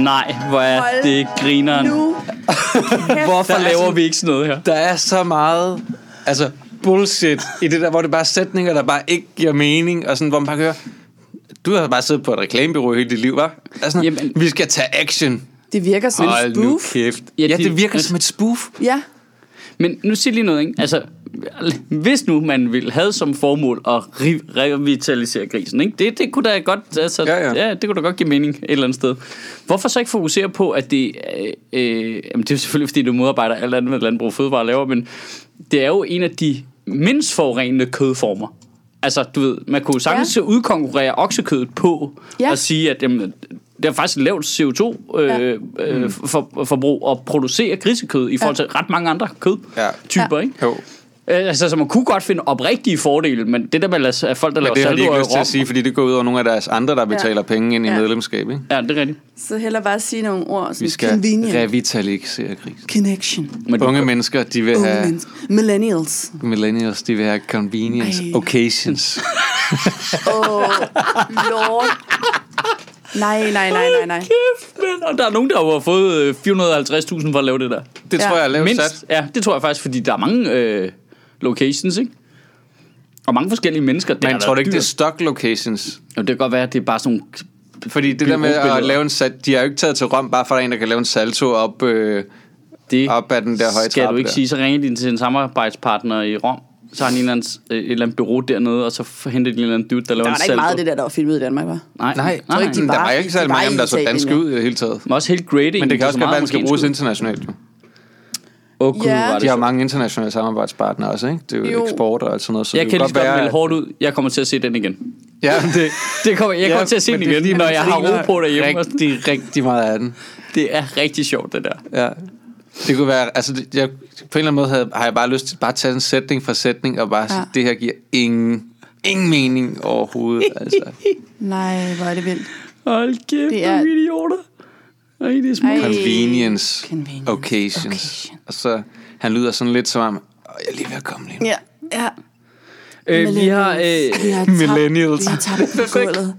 B: Nej, hvor er
C: Hold
B: det grineren.
C: Nu. Altså-
B: Hvorfor
A: Der er
B: laver
A: sådan-
B: vi ikke sådan noget her?
A: Der er så meget altså bullshit i det der, hvor det bare er sætninger, der bare ikke giver mening, og sådan, hvor man bare kan høre, du har bare siddet på et reklamebyrå hele dit liv, hva'? Altså,
B: Jamen-
A: Jamen, vi skal tage action.
C: Det virker som en
A: Hold nu
C: spoof.
A: kæft.
B: Ja,
A: Ja, det, ja,
B: det-
A: det virker som et spoof.
C: Ja.
B: Men nu siger jeg lige noget, ikke? Altså, hvis nu man ville have som formål at ri- revitalisere grisen, ikke? Det, det kunne da godt, altså,
A: Ja, ja.
B: ja, det kunne da godt give mening et eller andet sted. Hvorfor så ikke fokusere på, at det, øh, øh, jamen det er jo selvfølgelig, fordi du modarbejder alt andet, hvad landbrug og fødevare laver, men det er jo en af de mindst forurenende kødformer. Altså, du ved, man kunne sagtens ja. udkonkurrere oksekødet på ja.
C: Ja.
B: at sige, at jamen, det er faktisk et lavt CO2-forbrug
C: Ja.
B: øh,
A: Mm.
B: øh, for, forbrug at producere grisekød i forhold til ret mange andre
A: Ja.
B: kødtyper, ja. ikke?
A: Jo.
B: Øh, Altså, så man kunne godt finde oprigtige fordele, men det der med at lade s- at folk, der
A: Men
B: laver
A: det har de
B: saldoer i
A: ikke lyst til
B: Rom...
A: at sige, fordi det går ud over nogle af deres andre, der betaler penge ind i
C: Ja.
A: medlemskab, ikke?
B: Ja, det er rigtigt.
C: Så heller bare sige nogle ord som
A: Vi skal
C: convenient,
A: revitalisere krisen.
C: connection,
B: Men
A: Unge mennesker, de vil
C: unge
A: have
C: mennesker, millennials.
A: millennials, de vil have convenience,
C: Ej.
A: occasions.
C: Åh, oh, lord. Nej, nej, nej, nej, nej.
B: Kæft, men... Og der er nogen, der jo har fået øh, 450.000 for at lave det der.
A: Det
C: Ja.
A: tror jeg er lavt sat.
B: Mindst, ja, det tror jeg faktisk, fordi der er mange øh, locations, ikke? Og mange forskellige mennesker. Det
A: Men
B: har
A: tror du
B: været
A: ikke, det er
B: dyrt.
A: stock locations?
B: Jo, det kan godt være, at det er bare sådan nogle...
A: Fordi det der med at
B: Bureaubilleder.
A: lave en sal- de har jo ikke taget til Rom, bare for at der er en, der kan lave en salto op, øh,
B: Det
A: op ad den der høje
B: skal du
A: trappe
B: ikke
A: der.
B: sige, så ringer de til en samarbejdspartner i Rom, så har de en eller anden, øh, et eller andet bureau dernede, og så f- henter de en eller anden dude, der laver
C: Der
B: en
C: var da ikke
B: salto.
C: meget af det der, der var filmet i Danmark, var?
B: Nej,
A: Nej,
B: nej.
A: nej,
C: ikke, de
A: der
C: var-
A: var ikke
C: de
A: særlig
C: var
A: mange af dem, der
C: i
A: så
C: Italien,
A: danske
C: ja.
A: ud i det hele taget.
B: Men også helt grading.
A: Men det kan også godt være, at den skal Oh, bruges
B: ind.
A: internationalt. jo.
B: Åh, gud,
C: Ja.
B: var det
A: De har
B: sjovt.
A: mange internationale samarbejdspartnere også, ikke? Det er jo,
C: Jo.
A: eksport og alt sådan noget. Så
B: Jeg
A: det
B: kan
A: kunne
B: lige så godt
A: være,
B: melde
A: at-
B: hårdt ud. Jeg kommer til at se den igen.
A: Ja, det,
B: Det kommer, jeg kommer til at se
A: men
B: den
A: det er
B: igen,
A: fordi,
B: når
A: man
B: jeg har ro
A: griner
B: på derhjemme. Rigtig.
A: Rigtig, rigtig meget af den.
B: Det er rigtig sjovt, det der.
A: Ja. Det kunne være, altså det, jeg, på en eller anden måde havde, har jeg bare lyst til bare at tage en sætning for sætning og bare ja. sige, det her giver ingen ingen mening overhovedet. Altså.
C: Nej, hvor er det vildt.
B: Hold kæft,
C: Det er-
B: nogle idioter. Ej, det er smukt.
C: Ej.
A: Convenience,
C: Convenience.
A: occasions.
C: Occasion.
A: Og så, han lyder sådan lidt som om, "Åh, jeg er lige ved at komme lige nu.
C: Ja, ja.
B: Øh, vi, har, øh,
C: vi har tabt,
A: Millennials.
C: Vi har tabt den på gulvet.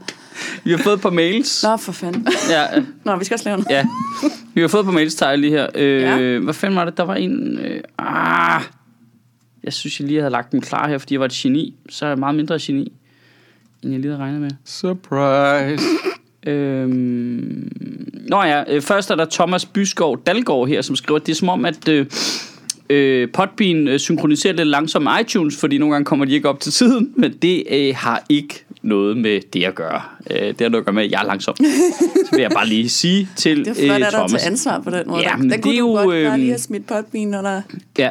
B: vi har fået et par mails.
C: Nå, for fanden.
B: Ja, øh,
C: Nå, vi skal også lave noget.
B: ja. Vi har fået et par mails, tager jeg lige her. Øh,
C: Ja.
B: Hvad fanden var det? Der var en... Øh, ah, jeg synes, jeg lige havde lagt den klar her, fordi jeg var et geni. Så er jeg meget mindre geni, end jeg lige havde regnet med.
A: Surprise.
B: Øhm, nå ja, øh, først er der Thomas Byskov Dalgaard her, som skriver, at det er som om, at øh, øh, Podbean øh, synkroniserer lidt langsomt med iTunes, fordi nogle gange kommer de ikke op til tiden, men det øh, har ikke noget med det at gøre. Øh, det har noget at gøre med, at jeg er langsom. Så vil jeg bare lige sige til
C: Det er
B: øh,
C: flot, at der
B: Thomas.
C: tager ansvar på den måde.
B: Ja,
C: Ja,
B: men
C: den kunne
B: det er
C: du
B: jo,
C: godt bare
B: øhm,
C: lige have smidt potbinen under...
B: Ja,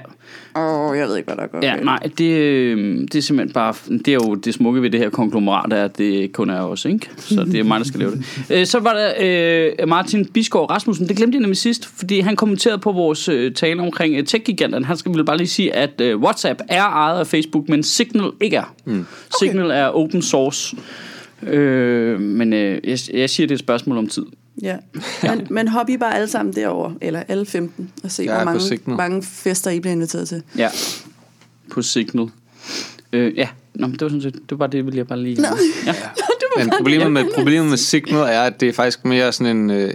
C: Åh, oh, jeg ved ikke, hvad der går.
B: ja
C: galt.
B: nej, det, øh, det er simpelthen bare, det er jo det smukke ved det her konglomerat, er, at det kun er os, ikke? Så det er mig, der skal lave det. Øh, så var der øh, Martin Biskov Rasmussen, det glemte jeg nemlig sidst, fordi han kommenterede på vores øh, tale omkring øh, tech-giganterne. Han skal ville bare lige sige, at øh, WhatsApp er ejet af Facebook, men Signal ikke er. Mm. Signal er open source. Øh, men øh, jeg, jeg siger, det er et spørgsmål om tid.
C: Ja. Men, men hop I bare alle sammen derover eller alle 15, og se,
A: Jeg er
C: hvor
A: på
C: mange,
A: Signal.
C: mange fester I bliver inviteret til.
B: Ja, på Signal. Øh, ja, Nå, men det var sådan set, det var bare det, ville jeg bare lige... Ja.
A: Men problemet med, problemet med Signal er, at det er faktisk mere sådan en uh,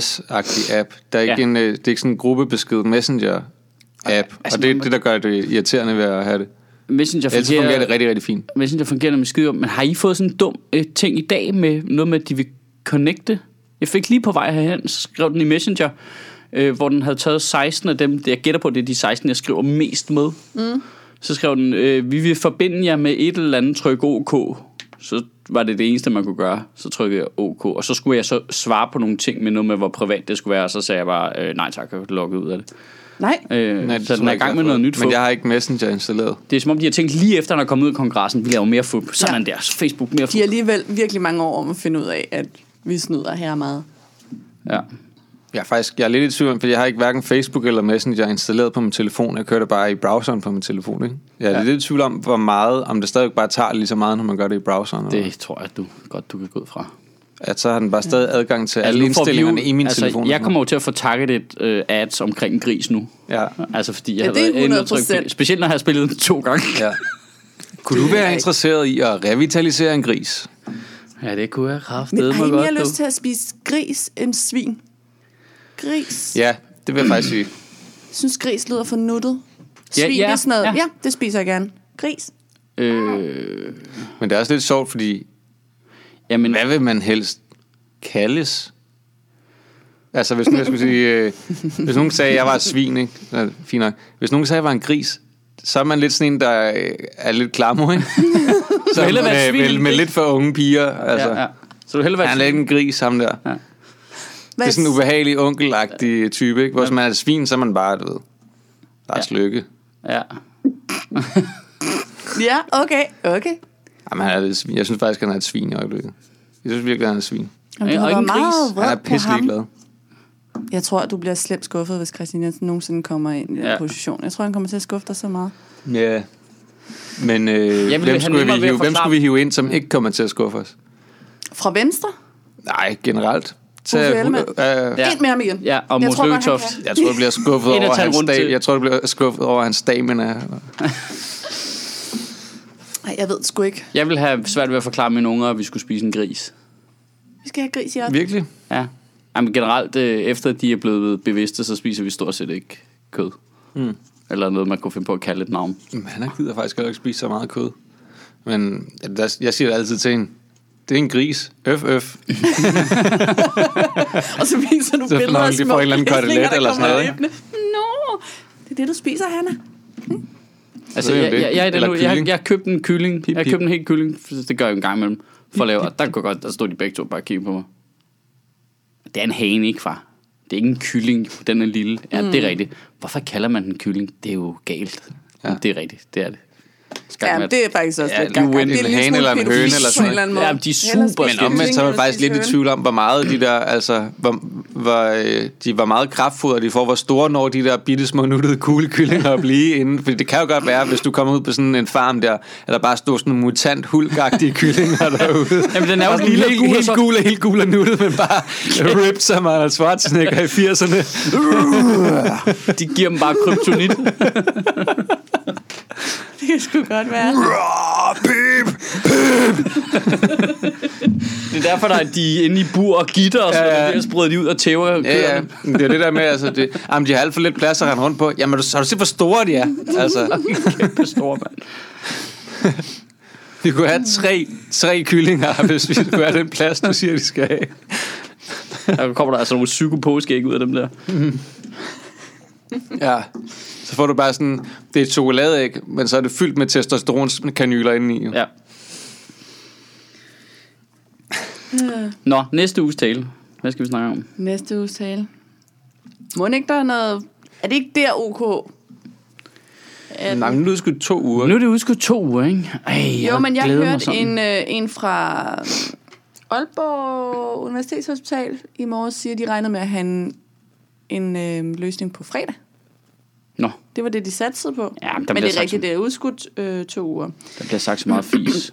A: sms-agtig app. Der er ikke
B: Ja.
A: ja. en, uh, det er ikke sådan en gruppebesked messenger-app.
B: altså,
A: og det er
B: man-
A: det, der gør det irriterende ved at have det.
B: Messenger
A: Ellers
B: fungerer-
A: fungerer det rigtig, rigtig fint.
B: Messenger fungerer nemlig skide godt, men har I fået sådan en dum øh, ting i dag med noget med, at de vil connecte? Jeg fik lige på vej herhen, så skrev den i Messenger, øh, hvor den havde taget 16 af dem. Jeg gætter på, det er de 16, jeg skriver mest med. Mm. Så skrev den, øh, vi vil forbinde jer med et eller andet, tryk OK. Så var det det eneste, man kunne gøre. Så trykkede jeg OK, og så skulle jeg så svare på nogle ting med noget med, hvor privat det skulle være, og så sagde jeg bare, øh, nej tak, jeg er logget ud af det.
C: Nej,
B: Øh,
A: Nej,
B: nej,
A: det
B: så
A: tror
B: den er
A: jeg
B: i
A: ikke, jeg
B: gang med noget
A: har fået.
B: nyt. fup.
A: Men jeg har ikke Messenger installeret.
B: Det er som om, de har tænkt lige efter, han er kommet ud af kongressen, vi laver mere fup. Sådan ja. der, Facebook mere fup.
C: de er alligevel virkelig mange år om at finde ud af, at vi snyder her meget.
B: Ja.
A: Jeg er faktisk jeg er lidt i tvivl, om, fordi jeg har ikke hverken Facebook eller Messenger installeret på min telefon. Jeg kører det bare i browseren på min telefon, ikke? Jeg er
B: Ja.
A: ja. lidt i tvivl om, hvor meget, om det stadig bare tager lige så meget, når man gør det i browseren. eller-
B: Det tror jeg, du godt du kan gå ud fra.
A: At så har den bare stadig adgang til alle
B: Altså, nu får vi jo- altså,
A: indstillingerne i min telefon. og
B: Jeg
A: sådan
B: kommer jo til at få targetet øh, ads omkring en gris nu.
A: Ja.
B: Altså fordi jeg
C: Ja,
B: har
C: det er
B: været inde og trykke
C: 100%.
B: play. Specielt når jeg har spillet den to gange.
A: Ja. Kunne du
C: Det er
A: være
C: ikke-
A: interesseret i at revitalisere en gris?
B: Ja, det kunne jeg kraftedet
C: Men
B: mig
C: har I
B: godt.
C: mere lyst
B: du.
C: til at spise gris end svin? Gris. Ja.
A: Ja, det vil jeg faktisk sige.
C: Jeg synes, gris lyder for nuttet.
B: Ja,
C: Svin, ja,
B: ja,
C: ja, det er sådan noget.
B: ja.
C: Ja. ja, det spiser jeg gerne. Gris.
B: Øh,
A: Men det er også lidt sjovt, fordi
B: jamen,
A: hvad vil man helst kaldes? Altså, hvis nu jeg skulle sige... Øh, hvis nogen sagde, at jeg var et svin, ikke? Nå, fint nok. Hvis nogen sagde, at jeg var en gris, så er man lidt sådan en, der øh, er lidt klammer, ikke? så
B: Hellere være et
A: med,
B: svin end
A: med,
B: en
A: med
B: gris.
A: lidt for unge piger. Altså.
B: ja, ja. Så du hellere
A: Han er
B: være
A: lidt en gris, ham der.
B: Ja.
C: Hvad?
A: Det er sådan en ubehagelig, onkelagtig type, ikke? Hvor hvis man er et svin, så er man bare, du ved... Lars ja. Lykke.
B: Ja.
C: Ja, okay, okay.
A: Jamen, han er lidt svin. Jeg synes faktisk, han er et svin i øjeblikket. Jeg synes virkelig, han er et svin.
C: Jamen, du
B: og
C: har
B: ikke en
C: været meget
B: gris.
C: vred
A: Han er
C: på ham.
A: pisselig glad.
C: Jeg tror, at du bliver slemt skuffet, hvis Christian Jensen nogensinde kommer ind i den
B: Ja.
C: ja. position. Jeg tror, han kommer til at skuffe dig så meget.
A: Ja. Men øh,
B: have
A: hvem, skulle vi
B: nemmere ved at
A: hive, hvem
B: forklare-
A: skulle vi hive ind, som ikke kommer til at skuffe os?
C: Fra venstre?
A: Nej, generelt.
C: Uffe
A: øh,
C: Ellemann.
A: øh,
B: Ja.
C: Ja. Ind med ham igen.
B: Ja,
C: Jeg
B: og Mogens
C: tror godt, han
B: Lykketoft.
C: kan.
A: jeg tror, jeg bliver skuffet
B: Ind og
A: over
B: tage en
A: hans
B: runde til.
A: stab. Jeg tror, jeg bliver skuffet over hans stamina.
C: Ej, jeg ved sgu ikke.
B: Jeg vil have svært ved at forklare mine unger, at vi skulle spise en gris.
C: Vi skal have gris i aften.
A: Virkelig?
B: Ja. Jamen generelt, øh, efter de er blevet bevidste, så spiser vi stort set ikke kød. Mm. Eller noget, man kunne finde på at kalde et navn.
A: Jamen, han gider faktisk heller ikke spise så meget kød. Men der, jeg siger det altid til hende. Det er en gris. Øf, øf.
C: Og så viser du
A: Så får
C: billeder
A: han
C: af
A: lige
C: små
A: fået en eller anden
C: grislinger,
A: kotelet
C: der
A: eller sådan
C: kommer
A: noget, ikke?
C: løbende. Nå, det er det, du spiser, Hanna.
B: Altså,
A: Det er jo
B: jeg,
A: det.
B: jeg, jeg, er i den
A: Eller
B: nu, jeg,
A: kylling.
B: jeg købte en kylling.
A: Pip,
B: Jeg
A: pip.
B: købte en helt kylling. for Det gør jeg en gang imellem. For at lave, og der kunne godt, der stod de begge to bare og kiggede på mig. Det er en hane, ikke far? Det er ikke en kylling, den er
A: Mm.
B: lille. Ja, det er rigtigt. Hvorfor kalder man den kylling? Det er jo galt. Ja. Det er rigtigt, det er det.
A: Skak
C: Ja,
A: mat.
C: det er faktisk også
A: Ja,
C: lidt
A: you
C: gak-gak.
A: win
C: Det er
A: en
C: lille
A: hane
C: smule
A: eller en høne
C: pædofili
A: eller
C: på
A: sådan
C: en eller anden
B: noget.
C: måde.
B: Jamen, de er
C: Hellere
B: super-
C: spise
A: Men omvendt, så
C: kylling
A: var
C: end
A: jeg faktisk
C: at spise
A: lidt i
C: høne.
A: tvivl om, hvor meget de der, altså, hvor, hvor, øh, de var meget kraftfodre, de får, hvor store når de der bitte små nuttede kuglekyllinger at blive inden. Fordi det kan jo godt være, hvis du kommer ud på sådan en farm der, at der bare står sådan nogle mutant hulkagtige kyllinger derude.
B: Jamen, den er jo
A: Bare
B: sådan
A: helt,
B: helt
A: helt,
B: gul, og
A: helt
B: så-
A: gul og helt gul og nuttet, men bare ripped som Arnold Schwarzenegger i 80'erne.
B: De giver dem bare kryptonit.
C: Det kan sgu godt være.
A: Rah, pip!
B: Det er derfor, der er de er inde i bur og gitter, og så
A: Ja, ja.
B: ja, ja. spreder de ud og tæver
A: Ja, ja.
B: køerne.
A: Men Det er det der med, altså, det, jamen, de har alt for lidt plads at rende rundt på. Jamen, har du- har du set, hvor store de er? Altså,
B: Kæmpe store, mand.
A: Vi kunne have tre, tre kyllinger, hvis vi skulle have den plads, du siger, de skal have.
B: Der kommer der altså nogle psykopåskæg ud af dem der.
A: Ja. Så får du bare sådan, det er et chokoladeæg, men så er det fyldt med testosteronkanyler indeni. Ja.
B: Ja.
C: Øh.
B: Nå, næste uges tale. Hvad skal vi snakke om?
C: Næste uges tale. Må den ikke der er noget... Er det ikke der OK? At,
A: Nej, men nu er det sgu to uger.
B: Nu er det udskudt to uger, ikke? Ej,
C: jo, men jeg
B: glæder mig
C: hørte
B: sådan.
C: en, øh, en fra Aalborg Universitetshospital i morges sige, at de regnede med at have en, en øh, løsning på fredag.
B: Nå,
C: Det var det, de satsede på.
B: Ja, men der
C: men
B: bliver
C: det er
B: sagt
C: rigtigt,
B: sådan.
C: det er udskudt øh, to uger.
B: der bliver sagt så meget fis.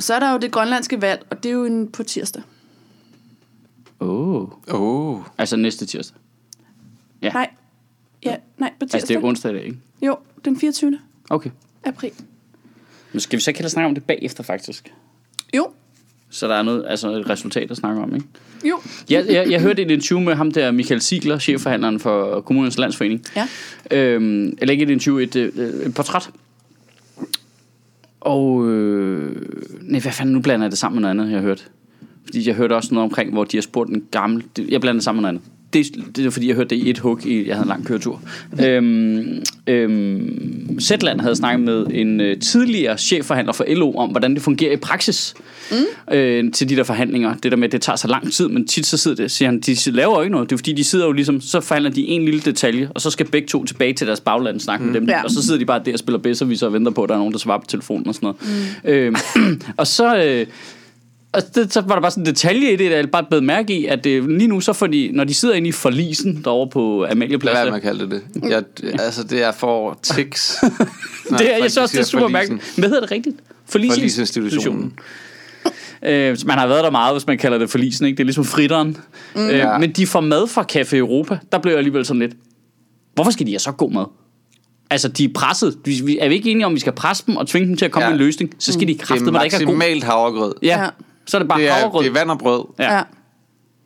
C: Så er der jo det grønlandske valg, og det er jo en på tirsdag.
B: Åh. Oh.
A: Åh. Oh.
B: Altså næste tirsdag. Ja.
C: Nej. Ja, nej, på tirsdag.
B: Altså det er onsdag i dag, ikke?
C: Jo, den 24.
B: Okay.
C: april.
B: Men skal vi så ikke hellere snakke om det bagefter, faktisk?
C: Jo,
B: Så der er noget, altså et resultat at snakke om, ikke?
C: jo.
B: Jeg, jeg, jeg hørte et interview med ham der, Michael Sigler, chefforhandleren for Kommunernes Landsforening.
C: Ja.
B: Øhm, eller ikke et interview, et, øh, et portræt. Og... Øh, nej, hvad fanden, nu blander jeg det sammen med noget andet, jeg hørte. Fordi jeg hørte også noget omkring, hvor de har spurgt en gammel... Det, jeg blander det sammen med noget andet. Det, det er fordi, jeg hørte det i et hug. I, jeg havde en lang køretur. Øhm, øhm, Zetland havde snakket med en øh, tidligere chefforhandler for LO om, hvordan det fungerer i praksis mm. øh, til de der forhandlinger. Det der med, at det tager så lang tid, men tit så sidder det, siger han, de laver jo ikke noget. Det er fordi, de sidder jo ligesom, så forhandler de en lille detalje, og så skal begge to tilbage til deres bagland og snakke mm. med dem.
C: Ja.
B: Ja. Og så sidder de bare der og spiller bedst, og vi så venter på, at der er nogen, der svarer på telefonen og sådan noget. Mm. Øh, og så... Øh, og det, så var der bare sådan en detalje i det, der jeg bare blev mærke i, at øh, lige nu, så får de, når de sidder inde i forlisen derovre på
A: Lad
B: Amalieplads,
A: være med at kalde det det. Jeg, altså, det er for tics. Når
B: det er, jeg
A: folk
B: synes også, det
A: siger
B: er super mærkeligt. Hvad hedder det rigtigt?
A: Forlisinstitutionen.
B: Øh, så man har været der meget, hvis man kalder det forlisen, ikke? Det er ligesom fritteren. Mm. Øh,
A: Ja.
B: Men de får mad fra Café Europa. Der blev jeg alligevel sådan lidt, hvorfor skal de have så god mad? Altså, de er presset. Vi- Vi, er vi ikke enige om, at vi skal presse dem og tvinge dem til at komme
A: Ja. Mm.
B: med en løsning? Så skal de
A: Det
B: kræfte
A: er
B: mig, der ikke er god.
A: maksimalt havregrød.
B: Ja.
C: Ja.
B: Så er det bare
A: Det er,
B: havregrød.
A: det er vand og brød.
B: Ja.
C: ja.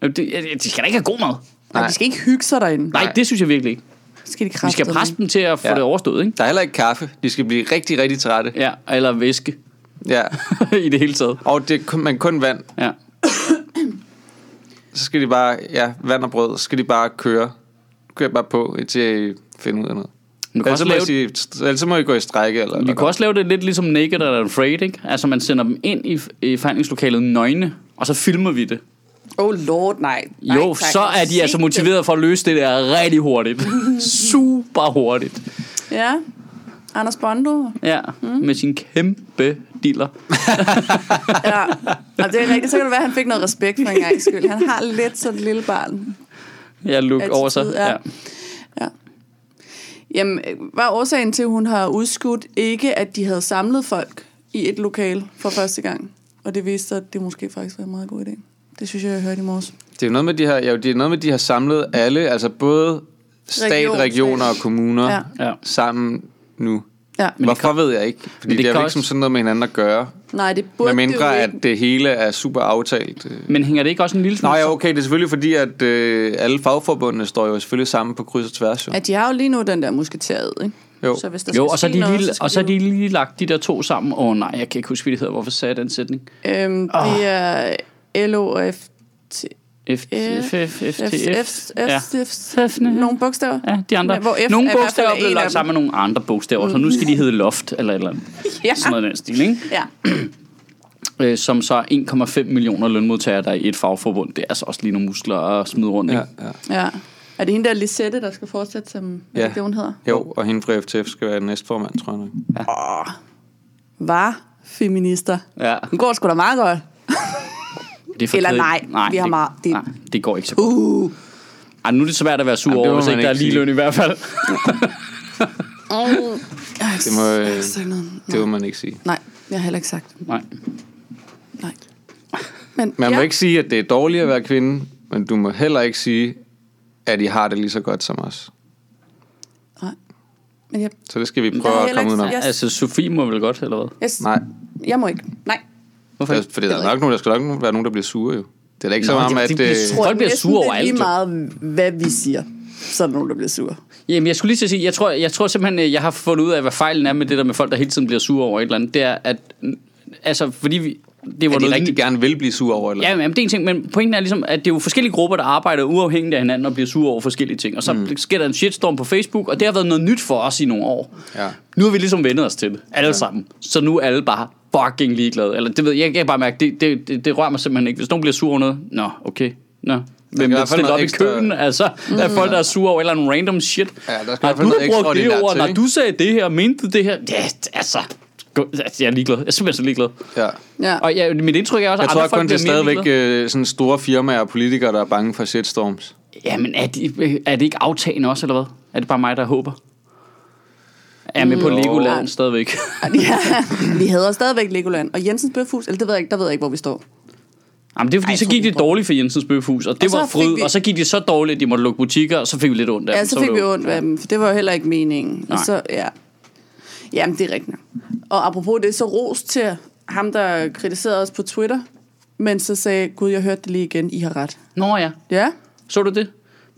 B: Jamen, det, de skal da ikke have god mad.
C: Nej.
A: Nej.
C: De skal ikke hygge sig derinde.
B: Nej,
A: Nej.
B: det synes jeg virkelig ikke.
C: Skal de
B: Vi skal presse dem til at få
A: Ja.
B: det overstået, ikke?
A: Der er heller ikke kaffe. De skal blive rigtig, rigtig trætte.
B: Ja, eller væske
A: Ja.
B: i det hele taget.
A: Og det er kun, men kun vand.
B: Ja.
A: Så skal de bare, ja, vand og brød, så skal de bare køre. Køre bare på, indtil jeg finder ud af noget.
B: Men du kan også
A: Ellers så, må
B: lave-
A: lave... sige, ellers så må I gå i strække. Eller,
B: Vi
A: eller.
B: kunne også lave det lidt ligesom Naked eller Afraid, ikke? Altså, man sender dem ind i, i forhandlingslokalet nøgne, og så filmer vi det.
C: Åh, oh lord, nej. nej
B: Jo, så er de altså motiveret for at løse det der rigtig hurtigt. Super hurtigt.
C: Ja. Anders Bondo.
B: Ja, mm. med sin kæmpe diller.
C: Ja. Og det er rigtigt. Så kan det være, at han fik noget respekt for en gang skyld. Han har lidt sådan et lille barn.
B: Jeg luk
C: Altid,
B: over sig.
C: ja.
B: Ja.
C: Ja. Jamen, øh, var årsagen til, at hun har udskudt ikke, at de havde samlet folk i et lokal for første gang? Og det viste sig, at det måske faktisk var en meget god idé. Det synes jeg, jeg hørte i morges.
A: Det er jo noget med, de har, ja, det er noget med, de har samlet alle, altså både stat,
C: Region,
A: Region, regioner og kommuner
C: Ja.
A: ja.
B: Ja.
A: sammen nu.
C: Ja.
A: Men Hvorfor ved jeg ikke? Fordi
B: det
A: det,
B: kan
A: det har jo ikke
B: også-
A: som sådan noget med hinanden at gøre.
C: Nej, det burde
A: Med mindre,
C: det jo
A: at
C: ikke.
A: det hele er super aftalt. øh.
B: Men hænger det ikke også en lille smule?
A: Nå ja, okay, det er selvfølgelig fordi, at øh, alle fagforbundene står jo selvfølgelig sammen på kryds og tværs. Jo.
C: At de har jo lige nu den der musketeriet, ikke?
A: Jo.
C: Så hvis der
B: Jo,
C: skal
B: og så, er
C: ske
B: de
C: noget,
B: lige,
C: skal
B: og så er
C: vi
B: de lige lagt de der to sammen. Åh oh, nej, jeg kan ikke huske, hvad det hedder. Hvorfor sagde jeg den sætning?
C: Øhm, det er LO og F...
B: F, F, F, F, F,
C: F,
B: ja.
C: F, F, nogle bogstaver.
B: Ja, de andre.
C: Hvor F
B: nogle
C: er i hvert fald
B: bogstaver blev
C: en af
B: lagt
C: dem.
B: sammen med nogle andre bogstaver, mm. så nu skal de hedde loft eller et eller andet.
C: Ja.
B: Sådan noget i den stil, ikke?
C: Ja.
B: Øh, som så er 1,5 millioner lønmodtagere, der er i et fagforbund. Det er altså også lige nogle muskler at smide rundt, ikke?
A: Ja, ja.
C: ja. Er det hende der Lisette, der skal fortsætte som... Ja. Er det, ikke det, hun hedder?
A: Jo, og hende fra FTF skal være næstformand, tror jeg. nok.
C: var feminister.
B: Ja.
C: Det går sgu da meget godt.
B: Det er for
C: Eller
B: kedeligt.
C: nej, vi har
B: det,
C: meget- det-
B: nej, det går ikke så godt.
C: Uh.
B: Ej, nu er det svært at være sur
A: Jamen, det
B: over,
A: må
B: hvis
A: man
B: ikke der er
A: ikke sige.
B: ligeløn i hvert fald.
A: Det må, øh,
C: jeg har sagt noget.
A: Det må man ikke sige.
C: Nej, jeg har heller ikke sagt det.
B: Nej.
C: Nej. Men,
A: Man
C: ja.
A: må ikke sige, at det er dårligt at være kvinde, men du må heller ikke sige, at I har det lige så godt som os.
C: Nej. Men jeg,
A: Så det skal vi
C: Jeg
A: prøve
C: har
A: at
C: heller
A: komme
C: ikke-
A: udenom.
C: jeg-
B: Altså, Sofie må vel godt, eller hvad?
C: jeg,
A: Nej,
C: jeg må ikke. Nej.
B: Hvorfor
A: der, fordi der, er nok nogen, der skal nok være nogen, der bliver sure jo. Det er da ikke
B: Nå,
A: så meget,
B: jamen,
A: at...
B: de bliver
A: øh,
B: sure. Folk bliver
C: næsten,
B: sure
C: det er
B: over alt,
C: Lige
B: jo.
C: meget, hvad vi siger. Så er der nogen, der bliver sure.
B: Jamen, jeg skulle lige til at sige, jeg tror, jeg tror simpelthen, øh, jeg har fundet ud af, hvad fejlen er med det der med folk, der hele tiden bliver sure over et eller andet. Det er, at... Altså, fordi vi, det var
A: at
B: noget...
A: de rigtig gerne vil blive sure over, eller?
B: Ja, men det er en ting, men pointen er ligesom, at det er jo forskellige grupper, der arbejder uafhængigt af hinanden og bliver sure over forskellige ting. Og så mm. sker der en shitstorm på Facebook, og det har været noget nyt for os i nogle år.
A: Ja.
B: Nu har vi ligesom vendet os til det, alle ja. sammen. Så nu er alle bare fucking ligeglade. Eller det ved jeg, jeg kan bare mærke, det, det, det, det rører mig simpelthen ikke. Hvis nogen bliver sur over noget, nå, okay, nå. Hvem
A: i
B: vil
A: hvert fald
B: stille op
A: noget
B: i
A: ekstra- Mm.
B: køen? Altså, der er folk, der er sure over et eller andet random shit.
A: Ja, der skal i hvert
B: Har
A: fald
B: du
A: noget
B: da brugt det
A: ekstraordinært
B: ord?
A: til,
B: Når
A: ikke?
B: du sagde det her, mente du det her? Ja, altså, gå- jeg er ligeglad. Jeg er simpelthen så ligeglad.
A: Ja.
C: Ja.
B: Og ja, mit indtryk er også,
A: Jeg
B: at
A: tror
B: andre folk
A: kun, det er
B: bliver mere
A: stadigvæk
B: ligeglade.
A: øh, sådan store firmaer og politikere, der er bange for shitstorms.
B: Jamen, er det, er det ikke aftagende også, eller hvad? Er det bare mig, der håber? Er jeg med på
A: Mm.
B: Legoland stadigvæk?
C: ja, vi hader stadigvæk Legoland. Og Jensens Bøfhus, eller det ved jeg ikke, der ved jeg ikke, hvor vi står.
B: Jamen, det er fordi,
C: Ej,
B: så gik det
C: super.
B: dårligt for Jensens Bøfhus, og det
C: Og så
B: var
C: fik
B: fryd,
C: vi-
B: og så gik det så dårligt, at de måtte lukke butikker, og så fik vi lidt ondt af
C: Ja,
B: dem,
C: så
B: var
C: fik vi
B: det jo-
C: ondt af dem, for det var jo heller ikke meningen. Og
B: Nej.
C: så, ja. Jamen, det er rigtigt. nok. Og apropos det, så ros til ham, der kritiserede os på Twitter, men så sagde, gud, jeg hørte det lige igen, I har ret.
B: Nå ja,
C: Ja,
B: så du det?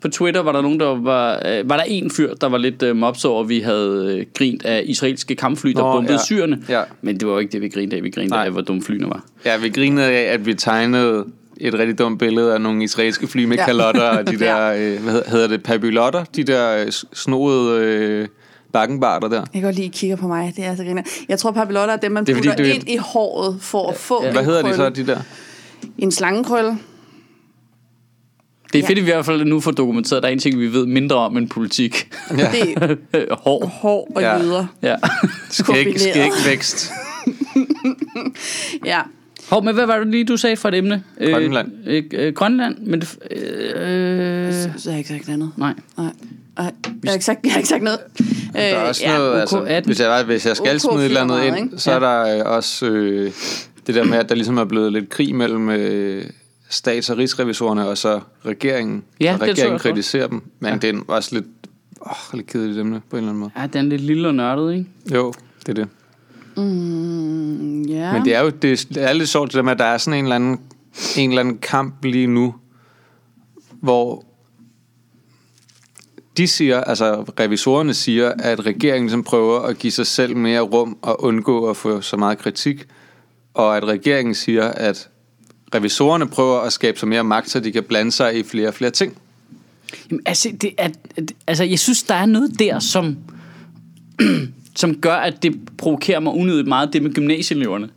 B: På Twitter var der nogen, der var... Øh, var der en fyr, der var lidt øh, mobs over, at vi havde øh, grint af israelske kampfly, der
A: Nå,
B: bombede
A: ja.
B: syrene.
A: Ja.
B: Men det var jo ikke det, vi grinte af. Vi grinte
A: Nej.
B: af, hvor dumme flyene var.
A: Ja, vi grinede af, at vi tegnede et rigtig dumt billede af nogle israelske fly med
C: Ja.
A: ja. kalotter og de der, øh, hvad hed- hedder det, pabylotter, de der øh, s- snoede øh, bakkenbarter der.
C: jeg kan godt lige kigger på mig, det er så griner. Jeg tror, papillotter er dem, man
A: Det
C: det
A: er fordi,
C: putter
A: det er-
C: ind i håret for at få
A: Hvad
C: en
A: hedder de så,
C: krølle.
A: de der?
C: En slangekrølle.
B: Det er
C: Ja.
B: fedt, at vi i hvert fald nu får dokumenteret, at der er en ting, vi ved mindre om end politik.
A: Ja.
C: Det er
B: Hår.
C: hår og
A: Ja.
C: jyder.
B: Ja.
A: Skæg,
C: kombineret.
A: skægvækst.
C: Ja.
B: Hov, men hvad var det lige, du sagde for et emne? Øh,
A: Grønland.
B: Øh, øh, Grønland, men... Det, f- øh, øh,
C: Så har jeg ikke sagt andet.
B: nej.
C: Nej. Ej, Jeg har ikke sagt, jeg har ikke sagt noget. Øh, Der
A: Der er også noget, altså,
B: OK18.
A: hvis, jeg, hvis jeg skal
C: OK
A: smide et eller andet
C: fylder
A: ind,
C: meget, ikke?
A: så er der øh, også øh, det der med, at der ligesom er blevet lidt krig mellem øh, stats- og rigsrevisorerne, og så regeringen.
B: Ja, det
A: og
B: tror jeg
A: regeringen
B: også.
A: kritiserer dem, men ja. det er også lidt, åh, lidt kedeligt emne på en eller anden måde.
B: Ja, den er lidt lille og nørdet, ikke?
A: Jo, det er det.
C: Mm, ja.
A: Men det er jo det er lidt sjovt det der med, at der er sådan en eller, anden, en eller anden kamp lige nu, hvor de siger, altså revisorerne siger, at regeringen ligesom prøver at give sig selv mere rum og undgå at få så meget kritik, og at regeringen siger, at revisorerne prøver at skabe sig mere magt, så de kan blande sig i flere og flere ting.
B: Jamen, altså, det er, at- altså, jeg synes, der er noget der, som, som gør, at det provokerer mig unødigt meget, det med gymnasieeleverne.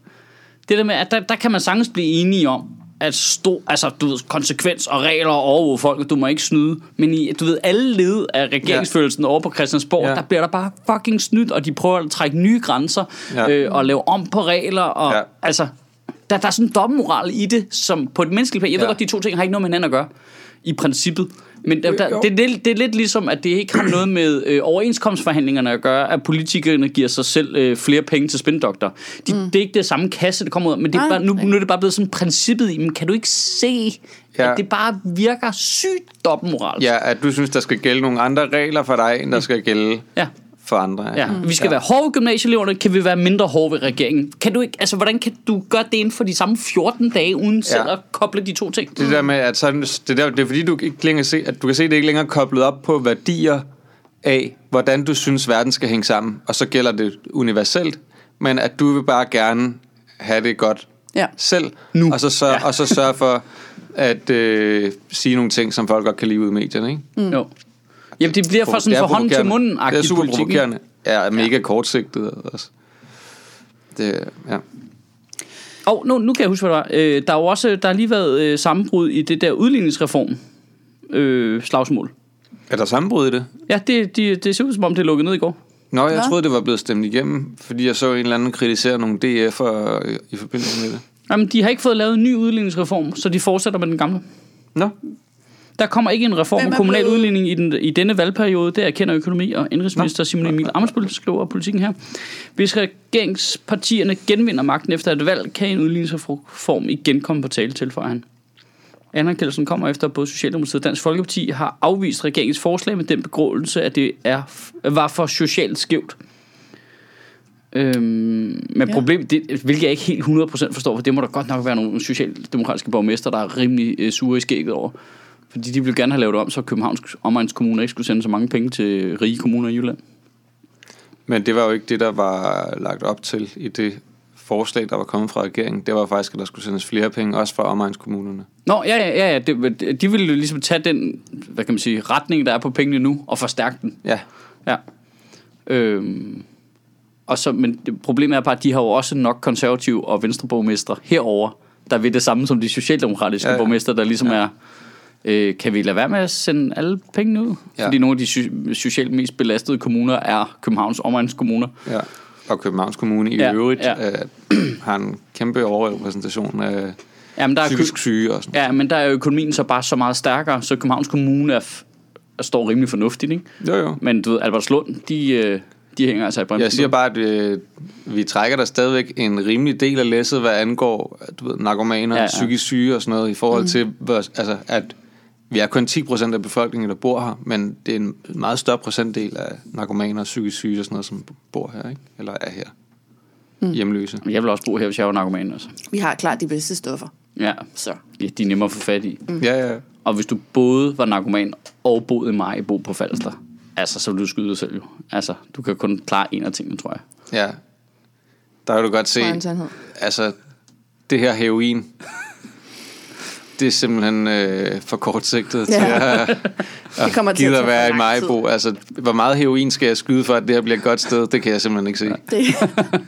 B: Det der med, at der, der kan man sagtens blive enige om, at stor, altså, du ved, konsekvens og regler og overvåge folk, og du må ikke snyde. Men i, du ved, alle led af regeringsfølelsen over på Christiansborg, ja.
A: Ja.
B: der bliver der bare fucking snydt, og de prøver at trække nye grænser ja.
A: Ja.
B: øh, og lave om på regler. Og, ja.
A: Ja.
B: Altså, der, der er sådan en dobbeltmoral i det, som på et menneskeligt plan, jeg ja. ved
A: Ja.
B: godt, de to ting har ikke noget med hinanden at gøre, i princippet. Men der, der,
A: jo.
B: det, er lidt- det er lidt ligesom, at det ikke har noget med øh, overenskomstforhandlingerne at gøre, at politikerne giver sig selv øh, flere penge til spindokter. De, mm. Det er ikke det samme kasse, det kommer ud af, men det er
C: Nej.
B: bare, nu, nu er det bare blevet sådan princippet i, men kan du ikke se, ja.
A: Ja.
B: at det bare virker sygt dobbeltmoralsk?
A: Ja, at du synes, der skal gælde nogle andre regler for dig, end der skal gælde
B: Ja.
A: for andre.
B: Ja, vi skal ja. være hårde ved gymnasieeleverne, kan vi være mindre hårde ved regeringen. Kan du ikke, altså, hvordan kan du gøre det inden for de samme 14 dage, uden selv
A: Ja.
B: at koble de to ting?
A: Det der med, at sådan, det, der, det er fordi, du ikke længere se, at du kan se, at det ikke længere er koblet op på værdier af, hvordan du synes, verden skal hænge sammen. Og så gælder det universelt, men at du vil bare gerne have det godt
C: Ja.
A: selv. Nu. Og, så sørge, ja. og så sørge for at øh, sige nogle ting, som folk godt kan lide ud i medierne. Ikke?
B: Mm. Jo. Jamen, det bliver for sådan
A: Det er
B: fra hånd til
A: provokerende.
B: munden
A: Det er super provokerende. Ja, er mega
B: Ja.
A: ja. kortsigtet også. Det, ja.
B: Og nu, nu kan jeg huske, hvad det var. Øh, der er jo også, der har lige været øh, sammenbrud i det der udligningsreform øh, slagsmål.
A: Er der sammenbrud i det?
B: Ja, det, de, det ser ud som om, det er lukket ned i går.
A: Nå, jeg
C: Nå.
A: troede, det var blevet stemt igennem, fordi jeg så en eller anden kritisere nogle DF'er i- i forbindelse med det.
B: Jamen, de har ikke fået lavet en ny udligningsreform, så de fortsætter med den gamle.
A: Nå,
B: Der kommer ikke en reform
C: Hvem
B: af
C: er
B: kommunal
C: blevet-
B: udligning i, den, i denne valgperiode. Det erkender økonomi- og indrigsminister Simon Emil Amensbøl skriver politikken her. Hvis regeringspartierne genvinder magten efter et valg, kan en udligningsreform igen komme på tale, tilføjer han. Anerkendelsen kommer efter, at både Socialdemokratiet og Dansk Folkeparti har afvist regeringens forslag med den begrundelse, at det er, var for socialt skævt. Øhm, men
C: Ja.
B: problemet, det, hvilket jeg ikke helt 100% forstår, for det må der godt nok være nogle socialdemokratiske borgmester, der er rimelig øh, sure i skægget over. Fordi de ville gerne have lavet det om, så Københavns omegns kommuner ikke skulle sende så mange penge til rige kommuner i Jylland.
A: men det var jo ikke det, der var lagt op til i det forslag, der var kommet fra regeringen. Det var faktisk, at der skulle sendes flere penge, også fra omegnskommunerne.
B: Nå, ja, ja, ja, ja. Det, de ville jo ligesom tage den, hvad kan man sige, retning, der er på pengene nu, og forstærke den.
A: Ja,
B: Ja. Øhm, og så, men det- problemet er bare, at de har jo også nok konservative og venstreborgmestre herover, der vil det samme som de socialdemokratiske
A: Ja,
B: ja,
A: ja.
B: ja. borgmester, der ligesom ja. er, øh, kan vi lade være med at sende alle pengene ud?
A: Ja.
B: Ja. Fordi nogle af de sy- socialt mest belastede kommuner er Københavns omegnskommuner.
A: ja. Og Københavns Kommune i
B: Ja,
A: øvrigt
B: ja.
A: Øh, har en kæmpe overrepræsentation af
B: Jamen, der er
A: psykisk syge og sådan
B: Ja, men der er økonomien så bare så meget stærkere, så Københavns Kommune er f- står rimelig fornuftigt, ikke?
A: Jo, jo.
B: Men du ved, Albertslund, de, øh, de hænger altså i bremsen.
A: Jeg siger bare, at øh, vi trækker der stadigvæk en rimelig del af læsset, hvad angår du ved, narkomaner, ja,
B: Ja,
A: ja.
B: ja.
A: psykisk syge og sådan noget, i forhold mm. til, hvor, altså, at vi er kun 10% af befolkningen, der bor her, men det er en meget større procentdel af narkomaner, psykisk syge og sådan noget, som bor her, ikke? eller er her. Mm. Hjemløse.
B: Jeg vil også bo her, hvis jeg var narkoman, altså.
C: Vi har klart de bedste stoffer.
B: Ja,
C: Så.
B: ja de er nemmere at få fat i.
A: Mm. Ja, ja.
B: Og hvis du både var narkoman og boede i mig bo på Falster, altså, så ville du skyde dig selv jo. Altså, du kan kun klare en af tingene, tror jeg.
A: ja. Der kan du godt se,
C: Tror jeg er en sandhed.
A: altså, det her heroin, det er simpelthen øh, for kortsigtet til
C: Ja.
A: at,
C: Det kommer til at
A: gider
C: tage
A: at
C: for
A: være
C: lang
A: i
C: tid.
A: Majbo. Altså, hvor meget heroin skal jeg skyde for, at det her bliver et godt sted? Det kan jeg simpelthen ikke se.
C: Det,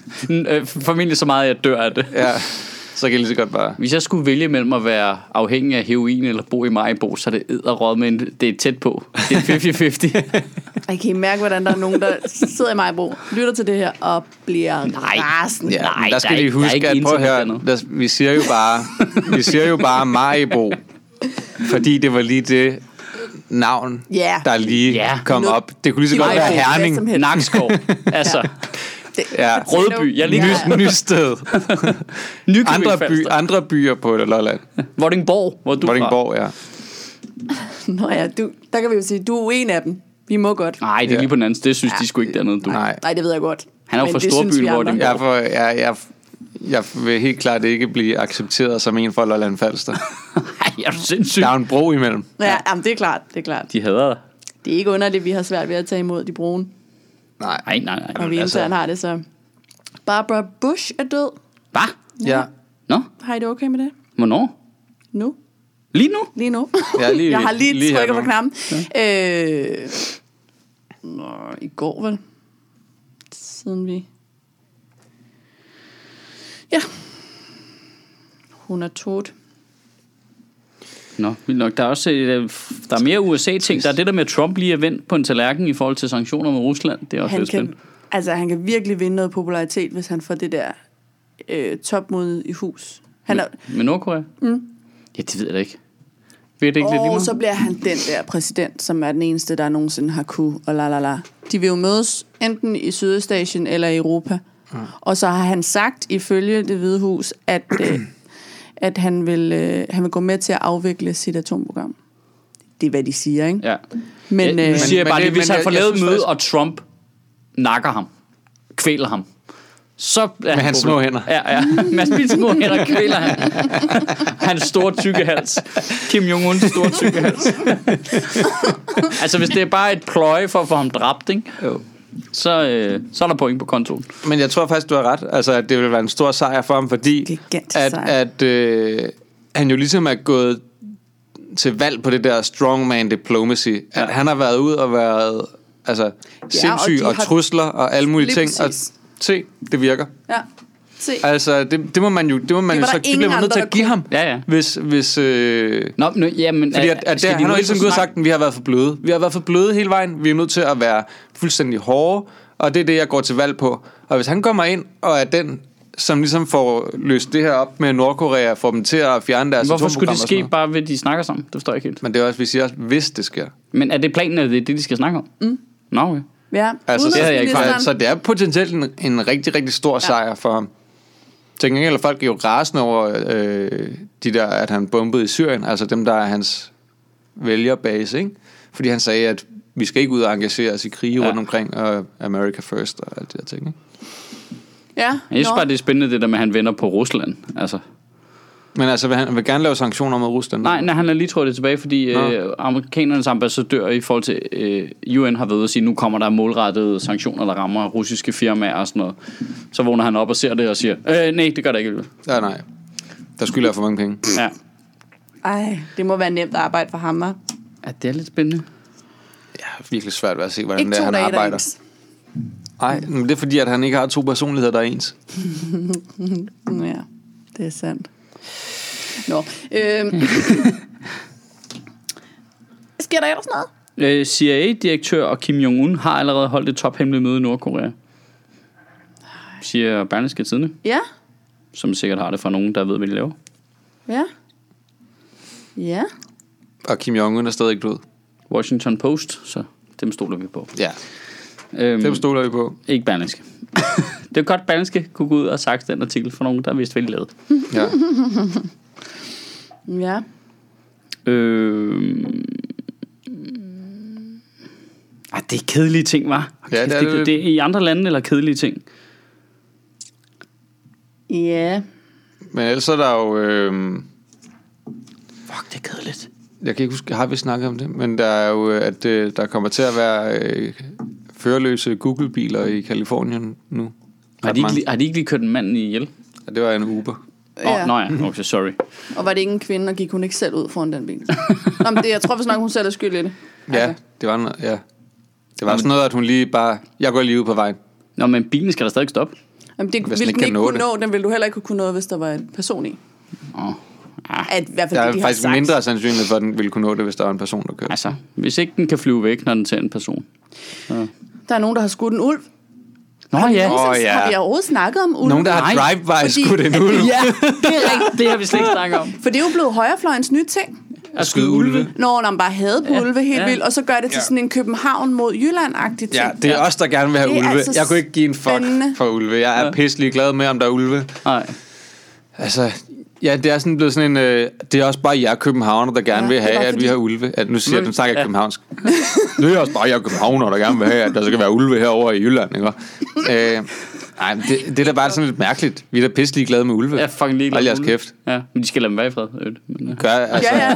B: N- øh, Formentlig så meget, jeg dør af det.
A: Ja, så kan jeg lige så godt bare...
B: Hvis jeg skulle vælge mellem at være afhængig af heroin eller bo i Majbo, så er det æderråd, men det er tæt på. Det er 50-50.
C: jeg kan I mærke, hvordan der er nogen, der sidder i Majbro, lytter til det her og bliver Nej. rasende.
A: Ja,
B: Nej,
A: men der
B: der
A: skal
B: er
A: lige
B: ikke- der er
A: huske,
B: ikke
A: at prøv
B: internet
A: her,
B: dernede.
A: der, vi siger jo bare, vi siger jo bare Majbo, fordi det var lige det navn,
C: Ja.
A: der lige
B: Ja.
A: kom
C: Nu-
A: op. Det kunne lige så
C: Giv mig
A: godt være
C: Maribo, hvad som
A: Herning.
C: helst.
B: Nakskov. Altså,
C: Det,
A: Ja.
B: Rødby. Jeg ligger
A: Ny, nysted.
B: Nykøbing
A: Andre, by,
B: Falster.
A: andre byer på Lolland.
B: Vordingborg, hvor du er fra.
A: Vordingborg, ja.
C: Nå ja, du, der kan vi jo sige, du er en af dem. Vi må godt.
B: Nej, det er
A: Ja.
B: lige på den anden side. Det synes de sgu ikke dernede, du.
A: Nej.
C: Nej, det ved jeg godt.
B: Han er jo
C: Men
B: fra
C: det synes
B: storbyen,
C: vi
B: hvor
C: andre.
B: det-
A: Jeg, for, jeg, jeg, jeg vil helt klart ikke blive accepteret som en fra Lolland Falster.
B: Ej, er du sindssyg?
A: Der er jo en bro imellem.
C: Ja, jamen, det er klart, det er klart.
B: De hader dig.
C: Det er ikke underligt, vi har svært ved at tage imod de brune,
A: Nej.
B: Nej, nej, nej.
C: og vi
A: altså-
C: altså... har det så. Barbara Bush er død.
B: Hvad?
A: Ja.
B: Nå,
C: Har I det okay med det?
B: hvornår?
C: Nu?
B: Lige nu?
C: Lige nu?
A: Ja, lige-
C: jeg har lige,
A: lige her
C: trykket
A: nu.
C: på knappen. Ja. Øh, nå, i går vel? Siden vi... Ja. Hun er tot.
B: Nå, vildt nok. Der er også øh, der er mere USA-ting. Der er det der med, at Trump lige er vendt på en tallerken i forhold til sanktioner mod Rusland. Det er også
C: han
B: lidt
C: kan,
B: spændende.
C: altså, han kan virkelig vinde noget popularitet, hvis han får det der øh, topmod i hus. Han er,
B: Med Nordkorea? Mm. Ja, det ved jeg da ikke. Ved jeg det ikke lidt lige
C: og
B: meget?
C: så bliver han den der præsident, som er den eneste, der nogensinde har kunne, og la la la. De vil jo mødes enten i Sydøstasien eller i Europa.
B: Ah.
C: Og så har han sagt, ifølge det hvide hus, at, øh, at han, vil, øh, han vil gå med til at afvikle sit atomprogram. Det er, hvad de siger, ikke?
B: Ja.
C: Men,
B: ja,
C: øh,
B: nu siger jeg
A: Men-
B: bare
A: men
B: lige,
A: det-
B: hvis
A: men
B: han får
A: jeg- jeg
B: lavet
A: synes
B: møde, og Trump nakker ham, kvæler ham, så er han
A: hans
B: på-
A: små hænder.
B: Ja, ja. Med hans små hænder kvæler han. Hans store tykke hals. Kim Jong-uns store tykke hals. altså, hvis det er bare et pløje for at få ham dræbt, ikke?
A: Jo.
B: Så, øh, så er der point på kontoen.
A: Men jeg tror faktisk, du har ret. Altså, at det vil være en stor sejr for ham, fordi
C: Gigantisk
A: at,
C: sejr.
A: at øh, han jo ligesom er gået til valg på det der strongman diplomacy. Ja. At han har været ud og været altså, sindssyg
C: de
A: og, og
C: har-
A: trusler og alle mulige
C: Lige
A: ting. Og
C: præcis.
A: se, det virker.
C: ja. Se.
A: Altså, det, det må man jo, det må man
C: Det
A: jo
C: var
A: så,
C: der
A: det
C: ingen
A: bliver man
C: andre,
A: nødt til
C: der
A: at give
C: kunne.
A: ham.
B: Ja, ja.
A: Hvis, hvis, øh,
B: Nå, nu, ja, men... øh,
A: fordi at, at der, han har ligesom gået og sagt, at vi har været for bløde. Vi har været for bløde hele vejen. Vi er nødt til at være fuldstændig hårde og det er det, jeg går til valg på. Og hvis han kommer ind og er den, som ligesom får løst det her op med Nordkorea, får dem til at fjerne deres
B: Hvorfor skulle
A: atomprogram Altså, og
B: det
A: sådan
B: ske
A: noget.
B: bare ved, at de snakker sammen? Det forstår jeg ikke helt.
A: Men det er også, vi siger også, hvis det sker.
B: Men er det planen, at det er det, de skal snakke om? Mm. Nå, okay.
C: Ja,
A: Altså, det havde jeg ikke
C: udenrigsministeren.
A: fejl. Så det er potentielt en, en rigtig, rigtig stor ja. sejr for ham. Til gengæld er folk jo rasende over øh, de der, at han bombede i Syrien, altså dem, der er hans vælgerbase, ikke? Fordi han sagde, at vi skal ikke ud og engagere os i krige ja.
B: Ja.
A: rundt omkring, og America first og alt det der ting, ikke?
C: Ja,
B: Men Jeg synes
C: nå.
B: bare, det er spændende, det der med, at han vender på Rusland. Altså,
A: Men altså, vil han han vil gerne lave sanktioner mod Rusland.
B: nej, nej, han er lige trådt det tilbage, fordi
A: Nå.
B: øh, amerikanernes ambassadør i forhold til øh, UN har været ude at sige, nu kommer der målrettede sanktioner, der rammer russiske firmaer og sådan noget. Så vågner han op og ser det og siger, øh, nej, det gør der ikke. alligevel."
A: Ja, nej. Der skylder jeg for mange penge.
B: Ja.
C: Ej, det må være nemt at arbejde for ham, hva'?
B: ja, det er lidt spændende.
A: Jeg har virkelig svært ved at se, hvordan
C: Ikke
A: det er,
C: to
A: han
C: dage, der er
A: arbejder.
C: ens.
A: Nej, men det er fordi, at han ikke har to personligheder, der er ens.
C: Ja, det er sandt. Nå, øhm. Sker der ellers noget?
B: Øh, CIA-direktør og Kim Jong-un har allerede holdt et tophemmeligt møde i Nordkorea. Siger Berlingske Tidene,
C: Ja,
B: som sikkert har det fra nogen, der ved, hvad de laver.
C: ja. Ja.
A: Og Kim Jong-un er stadig ikke død.
B: Washington Post, så dem stoler vi på.
A: Ja,
B: Øhm,
A: dem stoler vi på.
B: Ikke Berlingske. det er godt, Berlingske kunne gå ud og sagt den artikel for nogen, der vidste, hvad de lavede.
A: Ja.
C: Ja.
B: Øh... Ah, det er kedelige ting, var.
A: Ja, det er det
B: det,
A: lidt.
B: det er i andre lande eller kedelige ting.
C: Ja.
A: Men ellers er der jo... Øh,
B: Fuck, det er kedeligt.
A: jeg kan ikke huske, har vi snakket om det? Men der er jo, øh, at øh, der kommer til at være øh, førerløse Google-biler i Kalifornien nu.
B: Har
A: Ret
B: de, ikke,
A: mange.
B: lige- har de ikke lige kørt en mand ihjel?
A: Ja, det var en Uber.
B: Nå, ja. Nå ja, okay, sorry.
C: Og var det ikke en kvinde, og gik hun ikke selv ud foran den bil? Nå, men det, jeg tror faktisk nok, hun selv er skyld i det.
A: Ja, det var, noget- ja. Det var sådan noget, at hun lige bare... Jeg går lige ud på vejen.
B: Nå, men bilen skal da stadig stoppe.
C: Jamen, det
A: Hvis den
C: ville
A: ikke
C: den
A: kan
C: ikke
A: nå
C: kunne
A: det.
C: nå, den ville du heller ikke kunne nå, hvis der var en person i.
B: Åh, ah,
C: At, I hvert fald
A: Der
C: det, de
A: er
C: har
A: faktisk
C: sagt.
A: mindre sandsynlighed for, at den ville kunne nå det, hvis der var en person, der kørte.
B: altså, hvis ikke den kan flyve væk, når den ser en person.
C: Der er nogen, der har skudt en ulv.
B: Nå ja.
A: Åh,
C: Nogensinde-
A: ja.
C: Har vi overhovedet snakket om ulv?
A: Nogen, der har
B: Nej,
A: drive-by
C: fordi-
A: skudt en ulv.
B: Ja, det er rigtigt. Det har vi slet ikke snakket om.
C: For det er jo blevet højrefløjens nye ting.
B: At
A: Skyde ulve.
C: Når man bare havde på
B: Ja,
C: ja. ulve helt
B: ja.
C: ja. vildt, og så gør det til
A: Ja.
C: sådan en København mod Jylland-agtig ting.
A: Ja, det er os, der gerne vil have
C: Det er
A: ulve.
C: altså
A: jeg kunne ikke give en fuck
C: spændende.
A: for ulve. Jeg er
B: Ja.
A: ja. pisselig glad med, om der er ulve.
B: Nej.
A: Altså, ja, det er sådan blevet sådan en... Øh, det er også bare jer københavner, der gerne
C: Ja,
A: ja, vil
C: det
A: have,
C: var
A: at
C: fordi-
A: vi har ulve. At, nu siger jeg,
B: Men-
A: nu snakker jeg
B: Mm. ja.
A: københavnsk. det er også bare jer københavner, der gerne vil have, at der skal være ulve herovre i Jylland, ikke? Øh, nej, men det, det, er da bare sådan lidt mærkeligt. Vi er da pisselig glade med ulve.
B: Jeg er fucking ligeglad.
A: Hold
B: med
A: jeres
B: ulve.
A: kæft.
B: Ja, men de skal lade dem være i fred. i øvrigt. Men, ja.
A: Gør, altså,
C: Ja, ja.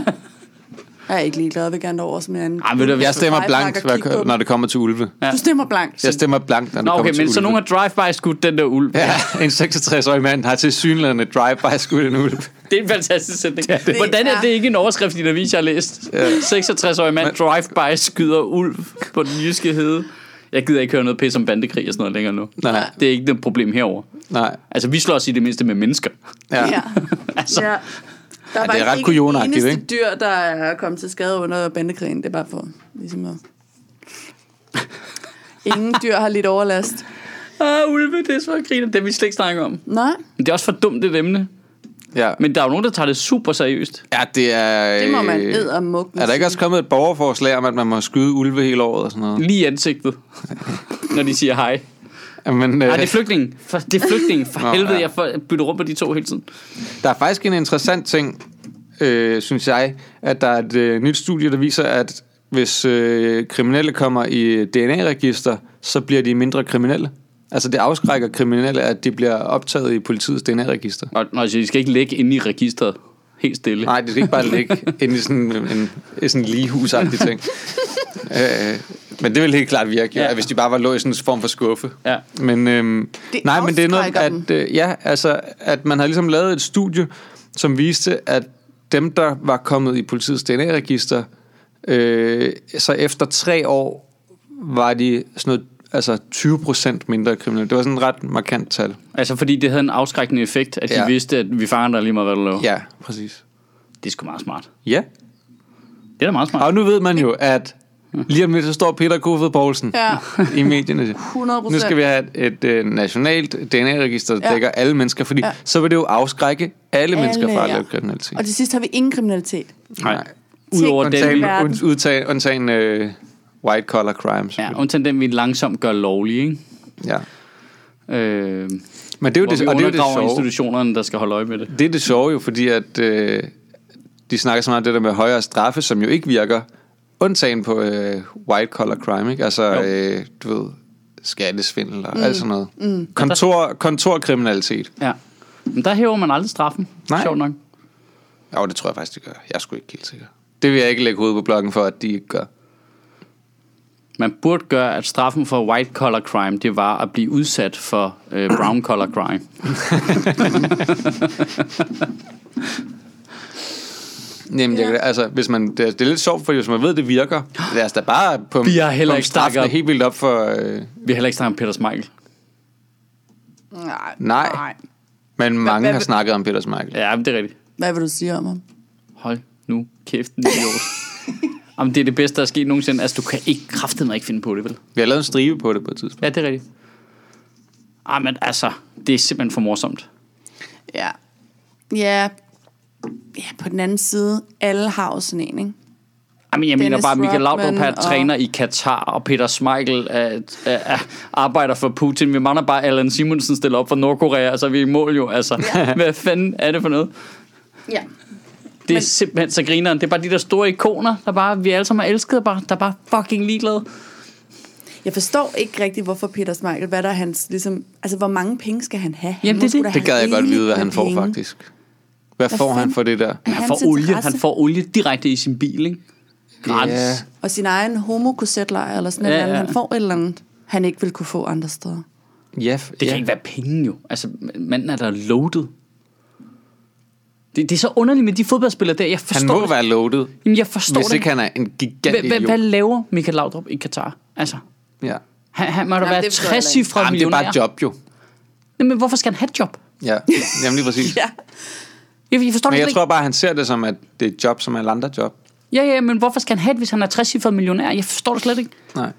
C: Jeg er ikke ligeglad, jeg vil gerne over som en anden.
B: Ej, ved du,
A: Jeg stemmer blankt,
C: Fejlpakker, kig på
A: hvad-
C: dem.
A: når det kommer til ulve.
B: Ja.
C: Du stemmer blankt.
A: Jeg stemmer blankt, når det
B: Nå,
A: kommer
B: okay,
A: til
B: men
A: ulve.
B: så nogen har drive-by skudt den der ulv. Ja.
A: Ja, en 66-årig mand har til synlædende drive-by skudt en ulv.
B: Det er en fantastisk sætning. Ja,
C: det.
B: Hvordan er
C: Ja.
B: det ikke en overskrift i en avis, jeg har læst? Ja. 66-årig mand drive-by skyder ulv på den jyske hede. Jeg gider ikke høre noget pis om bandekrig og sådan noget længere nu.
A: Nej.
B: Det er ikke noget problem herover.
A: Nej,
B: Altså, vi slår os i det mindste med mennesker.
A: ja.
C: Ja.
B: altså,
C: ja. Der er,
A: ret
C: faktisk ikke
A: kujonagtigt,
C: eneste
A: ikke?
C: dyr, der er kommet til skade under bandekrigen. Det er bare for ligesom at... Ingen dyr har lidt overlast.
B: Ah, ulve, det er så griner. Det vil vi slet ikke snakke om.
C: Nej,
B: Men det er også for dumt, det emne.
A: ja.
B: Men der er jo nogen, der tager det super seriøst.
A: Ja, det er...
C: det må man
A: øh,
C: eddermukke.
A: Er der ikke også kommet et borgerforslag om, at man må skyde ulve hele året og sådan noget?
B: Lige i ansigtet, når de siger hej.
A: Men, øh,
B: Nej, det er flygtning. For, det er flygtning. For
A: Nå,
B: helvede,
A: ja.
B: jeg får- bytter rundt på de to hele tiden.
A: der er faktisk en interessant ting, øh, synes jeg, at der er et øh, nyt studie, der viser, at hvis øh, kriminelle kommer i DNA-register, så bliver de mindre kriminelle. Altså det afskrækker kriminelle, at de bliver optaget i politiets DNA-register.
B: Og, nå, så de skal ikke ligge inde i registret helt stille.
A: Nej, det skal ikke bare ligge inde i sådan en, en sådan ligehusagtig ting. øh, men det vil helt klart virke,
B: Ja.
A: ja. hvis de bare var lå i sådan en form for skuffe.
B: Ja.
A: Men, øhm,
C: Det
A: nej, men det er noget,
C: afskrækker
A: at, øh, ja, altså, at man har ligesom lavet et studie, som viste, at dem, der var kommet i politiets DNA-register, øh, så efter tre år var de sådan noget, altså 20% mindre kriminelle. Det var sådan et ret markant tal.
B: Altså, fordi det havde en afskrækkende effekt, at de
A: Ja.
B: vidste, at vi fanger dig lige meget, hvad du laver.
A: Ja, præcis.
B: Det er sgu meget smart.
A: Ja,
B: Det er da meget smart.
A: og nu ved man jo, at Lige om lidt, så står Peter Kofod Poulsen
C: Ja.
A: i medierne. og siger,
C: 100
A: Nu skal vi have et, et øh, nationalt DNA-register, der
C: Ja.
A: dækker alle mennesker, fordi
C: Ja.
A: så vil det jo afskrække alle, mennesker fra at
C: ja.
A: lave kriminalitet.
C: Og til sidst har vi ingen kriminalitet.
A: Nej.
B: Udover
C: Ting
B: den
C: i
A: Undtagen,
C: verden.
A: und, udtagen, undtagen øh, white collar crimes.
B: Ja, undtagen den, vi langsomt gør lovlig, ikke?
A: ja.
B: Øh,
A: Men det er jo
B: hvor det,
A: det,
B: vi
A: og det, er jo det
B: undergraver det
A: sjove.
B: institutionerne, der skal holde øje med det.
A: Det er det sjove jo, fordi at, øh, de snakker så meget om det der med højere straffe, som jo ikke virker, undtagen på øh, white collar crime, ikke? Altså,
B: Jo.
A: øh, du ved, skattesvindel og mm. alt sådan noget. Mm.
B: Altså-
A: Kontor, kontorkriminalitet.
B: Ja. Men der hæver man aldrig straffen.
A: Nej.
B: Sjovt nok.
A: Jo, det tror jeg faktisk, det gør. Jeg er sgu ikke helt sikker. Det vil jeg ikke lægge hovedet på blokken for, at de ikke gør.
B: Man burde gøre, at straffen for white collar crime, det var at blive udsat for øh, brown collar crime.
A: Jamen, jeg,
C: Ja.
A: kan- altså, hvis man, det, er, det er lidt sjovt, for hvis man ved, det virker, lad os da bare pumpe,
B: Vi har heller
A: pumpe
B: ikke snakket
A: straffene
B: om-
A: helt vildt op for... Øh,
B: Vi har heller ikke snakket om Peter Smeichel.
C: Nej.
A: Nej. men mange
C: hvad
A: har
C: vil-
A: snakket om Peter Smeichel.
B: Ja, men det er rigtigt.
C: Hvad vil du sige om ham?
B: Hold nu kæft, en idiot. Jamen, det er det bedste, der er sket nogensinde. Altså, du kan ikke kraftedeme ikke finde på det, vel?
A: Vi har lavet en stribe på det på et tidspunkt.
B: Ja, det er rigtigt. Ej, men altså, det er simpelthen for morsomt.
C: Ja. Ja. Ja, på den anden side, alle har jo sådan en, ikke?
B: Ej, Ah, men jeg
C: Dennis
B: mener bare, Michael Laudrup
C: Rodman
B: er
C: og-
B: træner i Katar, og Peter Schmeichel er, er, er, arbejder for Putin. Vi mangler bare, Allan Simonsen stiller op for Nordkorea, og så er vi i mål jo. Altså, ja. hvad fanden er det for noget?
C: Ja.
B: Det er
C: Men-
B: simpelthen så grineren. Det er bare de der store ikoner, der bare, vi alle sammen har elsket, og bare, der er bare fucking ligeglade.
C: Jeg forstår ikke rigtigt, hvorfor Peter Smeichel, hvad der er hans, ligesom, altså hvor mange penge skal han have? Han
B: Jamen,
C: må
B: det er
C: sgu
B: det.
C: da
A: Det
C: have
A: gad jeg godt
C: rigeligt
A: vide, hvad
C: med
A: han får
C: penge.
A: faktisk. Hvad,
C: Hvad
A: får han
C: fanden-
A: for det der?
C: Er
B: Han
C: hans
B: får olie,
C: interesse?
B: han får olie direkte i sin bil, ikke? Gratis.
A: Ja.
C: Og sin egen homokorsetlejr eller sådan
B: Ja,
C: ja, noget.
B: ja.
C: Ja. Han får et eller andet, han ikke vil kunne få andre steder.
A: Ja, f-
B: Det
A: ja.
B: kan ikke være penge jo. Altså, manden er der loaded. Det, det er så underligt med de fodboldspillere der. Jeg
A: Han
B: forstår
A: må
B: det.
A: være loaded,
B: Jamen, jeg forstår
A: hvis
B: det.
A: ikke han er en gigant
B: Hva- hva-
A: idiot.
B: Hvad laver Michael Laudrup i Katar? Altså,
A: Ja.
B: han, han må da
C: Jamen,
B: være
C: det forstår jeg
B: 60
C: heller ikke.
B: cifre
A: Jamen, det er
B: millionær.
A: bare et job jo.
B: Nej, men hvorfor skal han have et job?
A: Ja, jamen lige præcis.
C: Ja.
B: Jeg, jeg forstår
A: Men
B: det
A: jeg
B: ikke.
A: tror bare, han ser det som, at det er et job som alle andre job.
B: Ja, ja, men hvorfor skal han have det, hvis han er 60 cifre millionær? Jeg forstår det slet ikke.
A: Nej.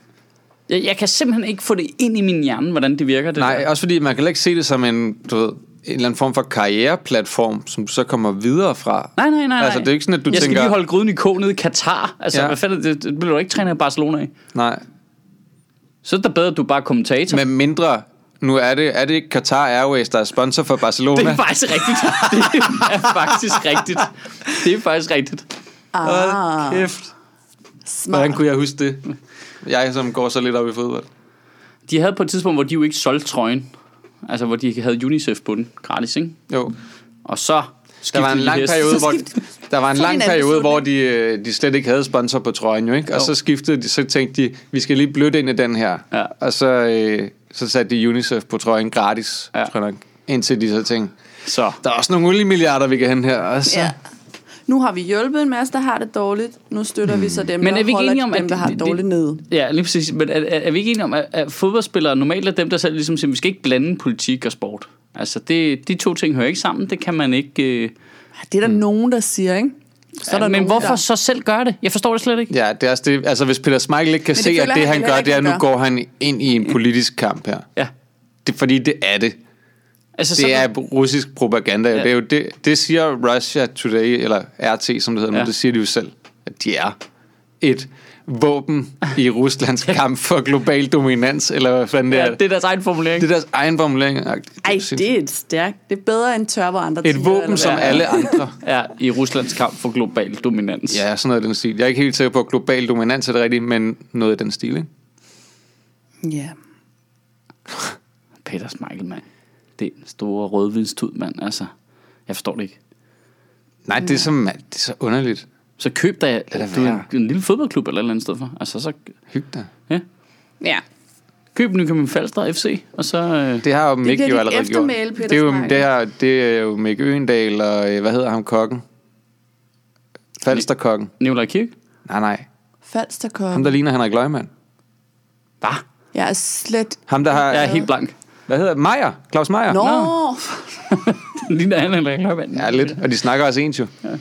B: Jeg, jeg kan simpelthen ikke få det ind i min hjerne, hvordan det virker. Det
A: Nej,
B: der.
A: også fordi man kan heller ikke se det som en, du ved, en eller anden form for karriereplatform, som du så kommer videre fra.
B: Nej, nej, nej, nej.
A: Altså, det er ikke sådan, at du
B: jeg
A: tænker...
B: skal lige holde gryden i kog nede i Katar. Altså, ja.
A: Ja.
B: hvad fanden, er det, det bliver du ikke træner i Barcelona af.
A: Nej,
B: Så er det da bedre, at du bare er kommentator.
A: men mindre... Nu er det, er det ikke Qatar Airways, der er sponsor for Barcelona?
B: Det er faktisk rigtigt. Det er faktisk rigtigt. Det er faktisk rigtigt.
A: Hold kæft. Hvordan
C: Smart.
A: kunne jeg huske det? Jeg som går så lidt op i fodbold.
B: De havde på et tidspunkt, hvor de jo ikke solgte trøjen. Altså, hvor de havde UNICEF på den gratis, ikke?
A: Jo.
B: Og så
A: Der var en lang periode, hvor, der var en
C: Så
A: lang
C: en anden
A: periode, hvor de, øh, de slet ikke havde sponsor på trøjen, jo, ikke? Og
B: Jo.
A: så skiftede de, så tænkte de, vi skal lige blødt ind i den her.
B: Ja.
A: Og så, øh, så satte de UNICEF på trøjen gratis,
B: Ja.
A: ja. tror jeg nok. Indtil de så tænkte,
B: Så.
A: der er også nogle oliemilliarder, vi kan hente her. Og så,
C: Ja.
A: ja.
C: Nu har vi hjulpet en masse, der har det dårligt. Nu støtter
A: Mm.
C: vi så dem,
B: Men er
C: der
B: vi ikke
C: holder
B: enige om,
C: dem,
B: at
C: der har
B: det-
C: det dårligt nede.
B: Ja, lige præcis. Men er, er, er vi ikke enige om, at, at fodboldspillere normalt er dem, der selv ligesom siger, vi skal ikke blande politik og sport? Altså, det, de to ting hører ikke sammen. Det kan man ikke... Øh...
C: Det er
A: Mm.
C: der nogen, der siger, ikke? Så
B: Ja,
C: der
B: men
C: nogen,
B: hvorfor
C: der-
B: så selv gøre det? Jeg forstår det slet ikke.
A: ja, det er også det. Altså, hvis Peter Smeichel ikke kan
C: det
A: se,
C: føler
A: at det,
C: han
A: han
C: heller
A: gør,
C: ikke,
A: det er,
C: han
A: nu
C: gør.
A: går han ind i en politisk kamp her.
B: Ja.
A: Det, er fordi det er det.
B: Altså,
A: Det
B: sådan-
A: er russisk propaganda. Ja.
B: Ja.
A: Det, er jo det, det siger Russia Today, eller RT, som det hedder ja.
B: Ja.
A: nu, det siger de jo selv, at de er et våben i Ruslands kamp for global dominans, eller hvad fanden det
B: Ja,
A: er.
B: det er deres egen formulering.
A: Det er deres egen formulering. Ej, det er
C: Ej,
A: sindssygt.
C: det er et stærkt. Det er bedre end tør, hvor andre
A: Et våben som
B: Ja.
A: alle andre.
B: Ja, i Ruslands kamp for global dominans.
A: Ja, sådan noget i den stil. Jeg er ikke helt sikker på, at global dominans er det rigtige, men noget i den stil, ikke?
C: Ja.
B: Peter Smeichel, mand. Det er en store rødvinstud, mand. Altså, jeg forstår det ikke.
A: Nej, det er så, det er så underligt.
B: Så køb dig
A: da
B: du, en,
A: være.
B: en, lille fodboldklub eller et eller andet sted for. Altså, så,
A: Hyg dig.
B: ja.
C: Ja.
B: Køb Nykøbing Falster FC, og så... Øh,
A: Det har jo Mick
C: bliver
A: jo
C: dit
A: allerede gjort.
C: eftermæle, Peter
A: det, er jo,
C: Smeichel.
A: det, har, det er jo Mick Øendal og, øh, hvad hedder ham, kokken? Falsterkokken.
B: Nikolaj Kirk?
A: Nej, nej. Ham,
C: Falsterkop.
A: der ligner Henrik Løgman.
B: Hvad?
C: Jeg er slet...
A: Ham, der har...
B: Jeg er helt blank.
A: Hvad hedder Meier? Claus Meier?
C: Nå!
B: Nå.
C: Nå.
B: Den ligner Anna eller Løgman.
A: Ja, lidt. Og de snakker også ens jo.
B: Men, øh,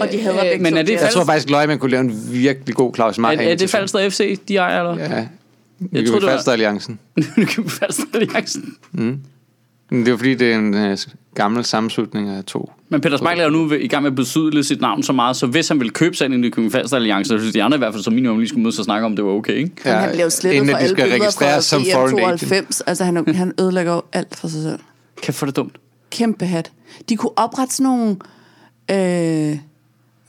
C: Og de hader begge
B: Men
C: to.
B: er
C: Jeg
B: det,
A: Jeg
B: Falster-
A: tror faktisk, Løgman kunne lave en virkelig god Claus Meier.
B: er, er det Falster FC, de ejer, eller?
A: Ja.
B: Jeg troede,
A: Jeg tror,
B: det
A: det
B: var-
A: Falster Alliancen.
B: nu kan vi Falster Alliancen.
A: Men det er jo fordi, det er en øh, gammel sammenslutning af to.
B: Men Peter Smeichel er jo nu i gang med at besydle sit navn så meget, så hvis han ville købe sig ind i Nykøbing Falster Alliance, så synes de andre i hvert fald som minimum lige skulle mødes og snakke om, det var okay, ikke?
C: Ja, han blev slettet
A: inden
C: fra
A: at de
C: alle
A: skal
C: billeder fra
A: registreres som foreign agent. Mm.
C: VM92. Altså, han, han ødelægger jo alt for sig selv.
B: Kan få det dumt.
C: Kæmpe hat. De kunne oprette sådan nogle øh,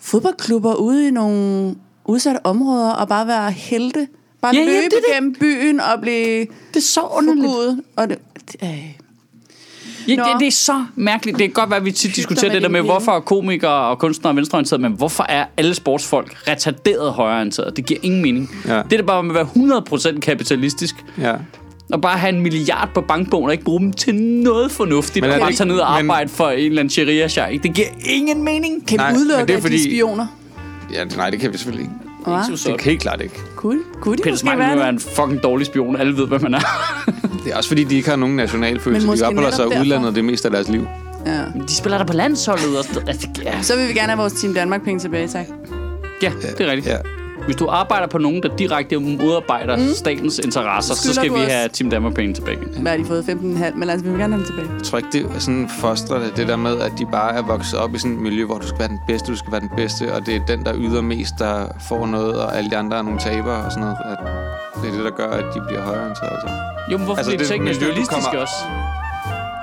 C: fodboldklubber ude i nogle udsatte områder, og bare være helte. Bare
B: Ja,
C: ja,
B: ja,
C: løbe
B: det er det.
C: ja, gennem byen og blive
B: Det er så
C: forgudet. Og det, øh,
B: Ja,
C: Nå.
B: det, det, er så mærkeligt. Det kan godt være, at vi tit diskuterer
C: med
B: det der
C: din
B: med,
C: vilje.
B: hvorfor er komikere og kunstnere venstreorienterede, men hvorfor er alle sportsfolk retarderet højreorienterede? Det giver ingen mening.
A: Ja.
B: Det der bare med at være 100% kapitalistisk,
A: Ja.
B: og bare have en milliard på bankbogen og ikke bruge dem til noget fornuftigt,
A: Men
B: men
A: er
B: og bare
A: det-
B: tage ned og
A: men-
B: arbejde for en eller anden sharia -sheik. Det giver ingen mening.
C: kan
A: Nej,
C: Nej, vi
A: men
C: udelukke,
A: det er
C: det fordi...
A: fordi-
C: at de er spioner?
A: ja, nej, det kan vi selvfølgelig ikke.
C: Hva?
B: Ikke så
A: Det
B: sådan.
A: kan helt klart ikke.
C: Cool. Kunne de
B: Peter
C: måske
B: Smeichel
C: være
B: vil være
C: det?
B: en fucking dårlig spion. Alle ved, hvad man er.
A: Det er også fordi, de ikke har nogen
C: Men
A: nationalfølelse.
C: måske
A: De opholder sig
C: netop
A: i
C: derfor.
A: udlandet det meste af deres liv.
C: Ja.
B: De spiller der på landsholdet. Og sådan, altså, ja.
C: Så vil vi gerne have vores Team Danmark-penge tilbage, tak.
B: ja, det er rigtigt.
A: Ja.
B: Hvis du arbejder på nogen, der direkte modarbejder mm. statens interesser, så
C: Skylder
B: skal
C: du
B: vi
C: os.
B: have Team Danmark penge tilbage.
C: Hvad har de fået? 15,5? Men altså, vi vil gerne have dem tilbage.
A: Jeg tror ikke, det er sådan fostrer det, det der med, at de bare er vokset op i sådan et miljø, hvor du skal være den bedste, du skal være den bedste, og det er den, der yder mest, der får noget, og alle de andre er nogle tabere og sådan noget. At det er det, der gør, at de bliver højere end sig. Altså.
B: Jo, men hvorfor altså,
A: Altså,
B: bliver
A: det
B: det, ikke
A: miljø, du
B: nationalistiske
A: kommer-
B: også?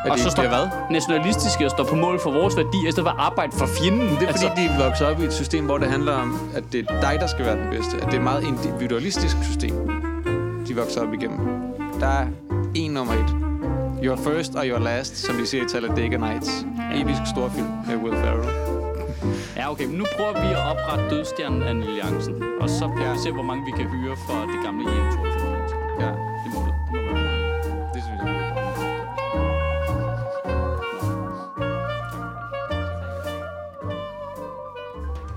A: At
B: Og
A: de
B: så
A: ikke
B: står
A: bliver hvad?
B: nationalistiske og står på mål for vores værdier, i stedet for at arbejde for fjenden.
A: Det er altså, fordi, de er vokset op i et system, hvor det handler om, at det er dig, der skal være den bedste. At det er et meget individualistisk system, de vokser op igennem. Der er en nummer et. Your first og your last, som de siger i Talladega Nights. Episk storfilm med Will Ferrell.
B: Ja, okay, men nu prøver vi at oprette dødstjernen af Niel Jacobsen, og så prøver vi at se, hvor mange vi kan hyre for det gamle em 92
A: Ja,
B: Det må det. må være.
A: det synes jeg.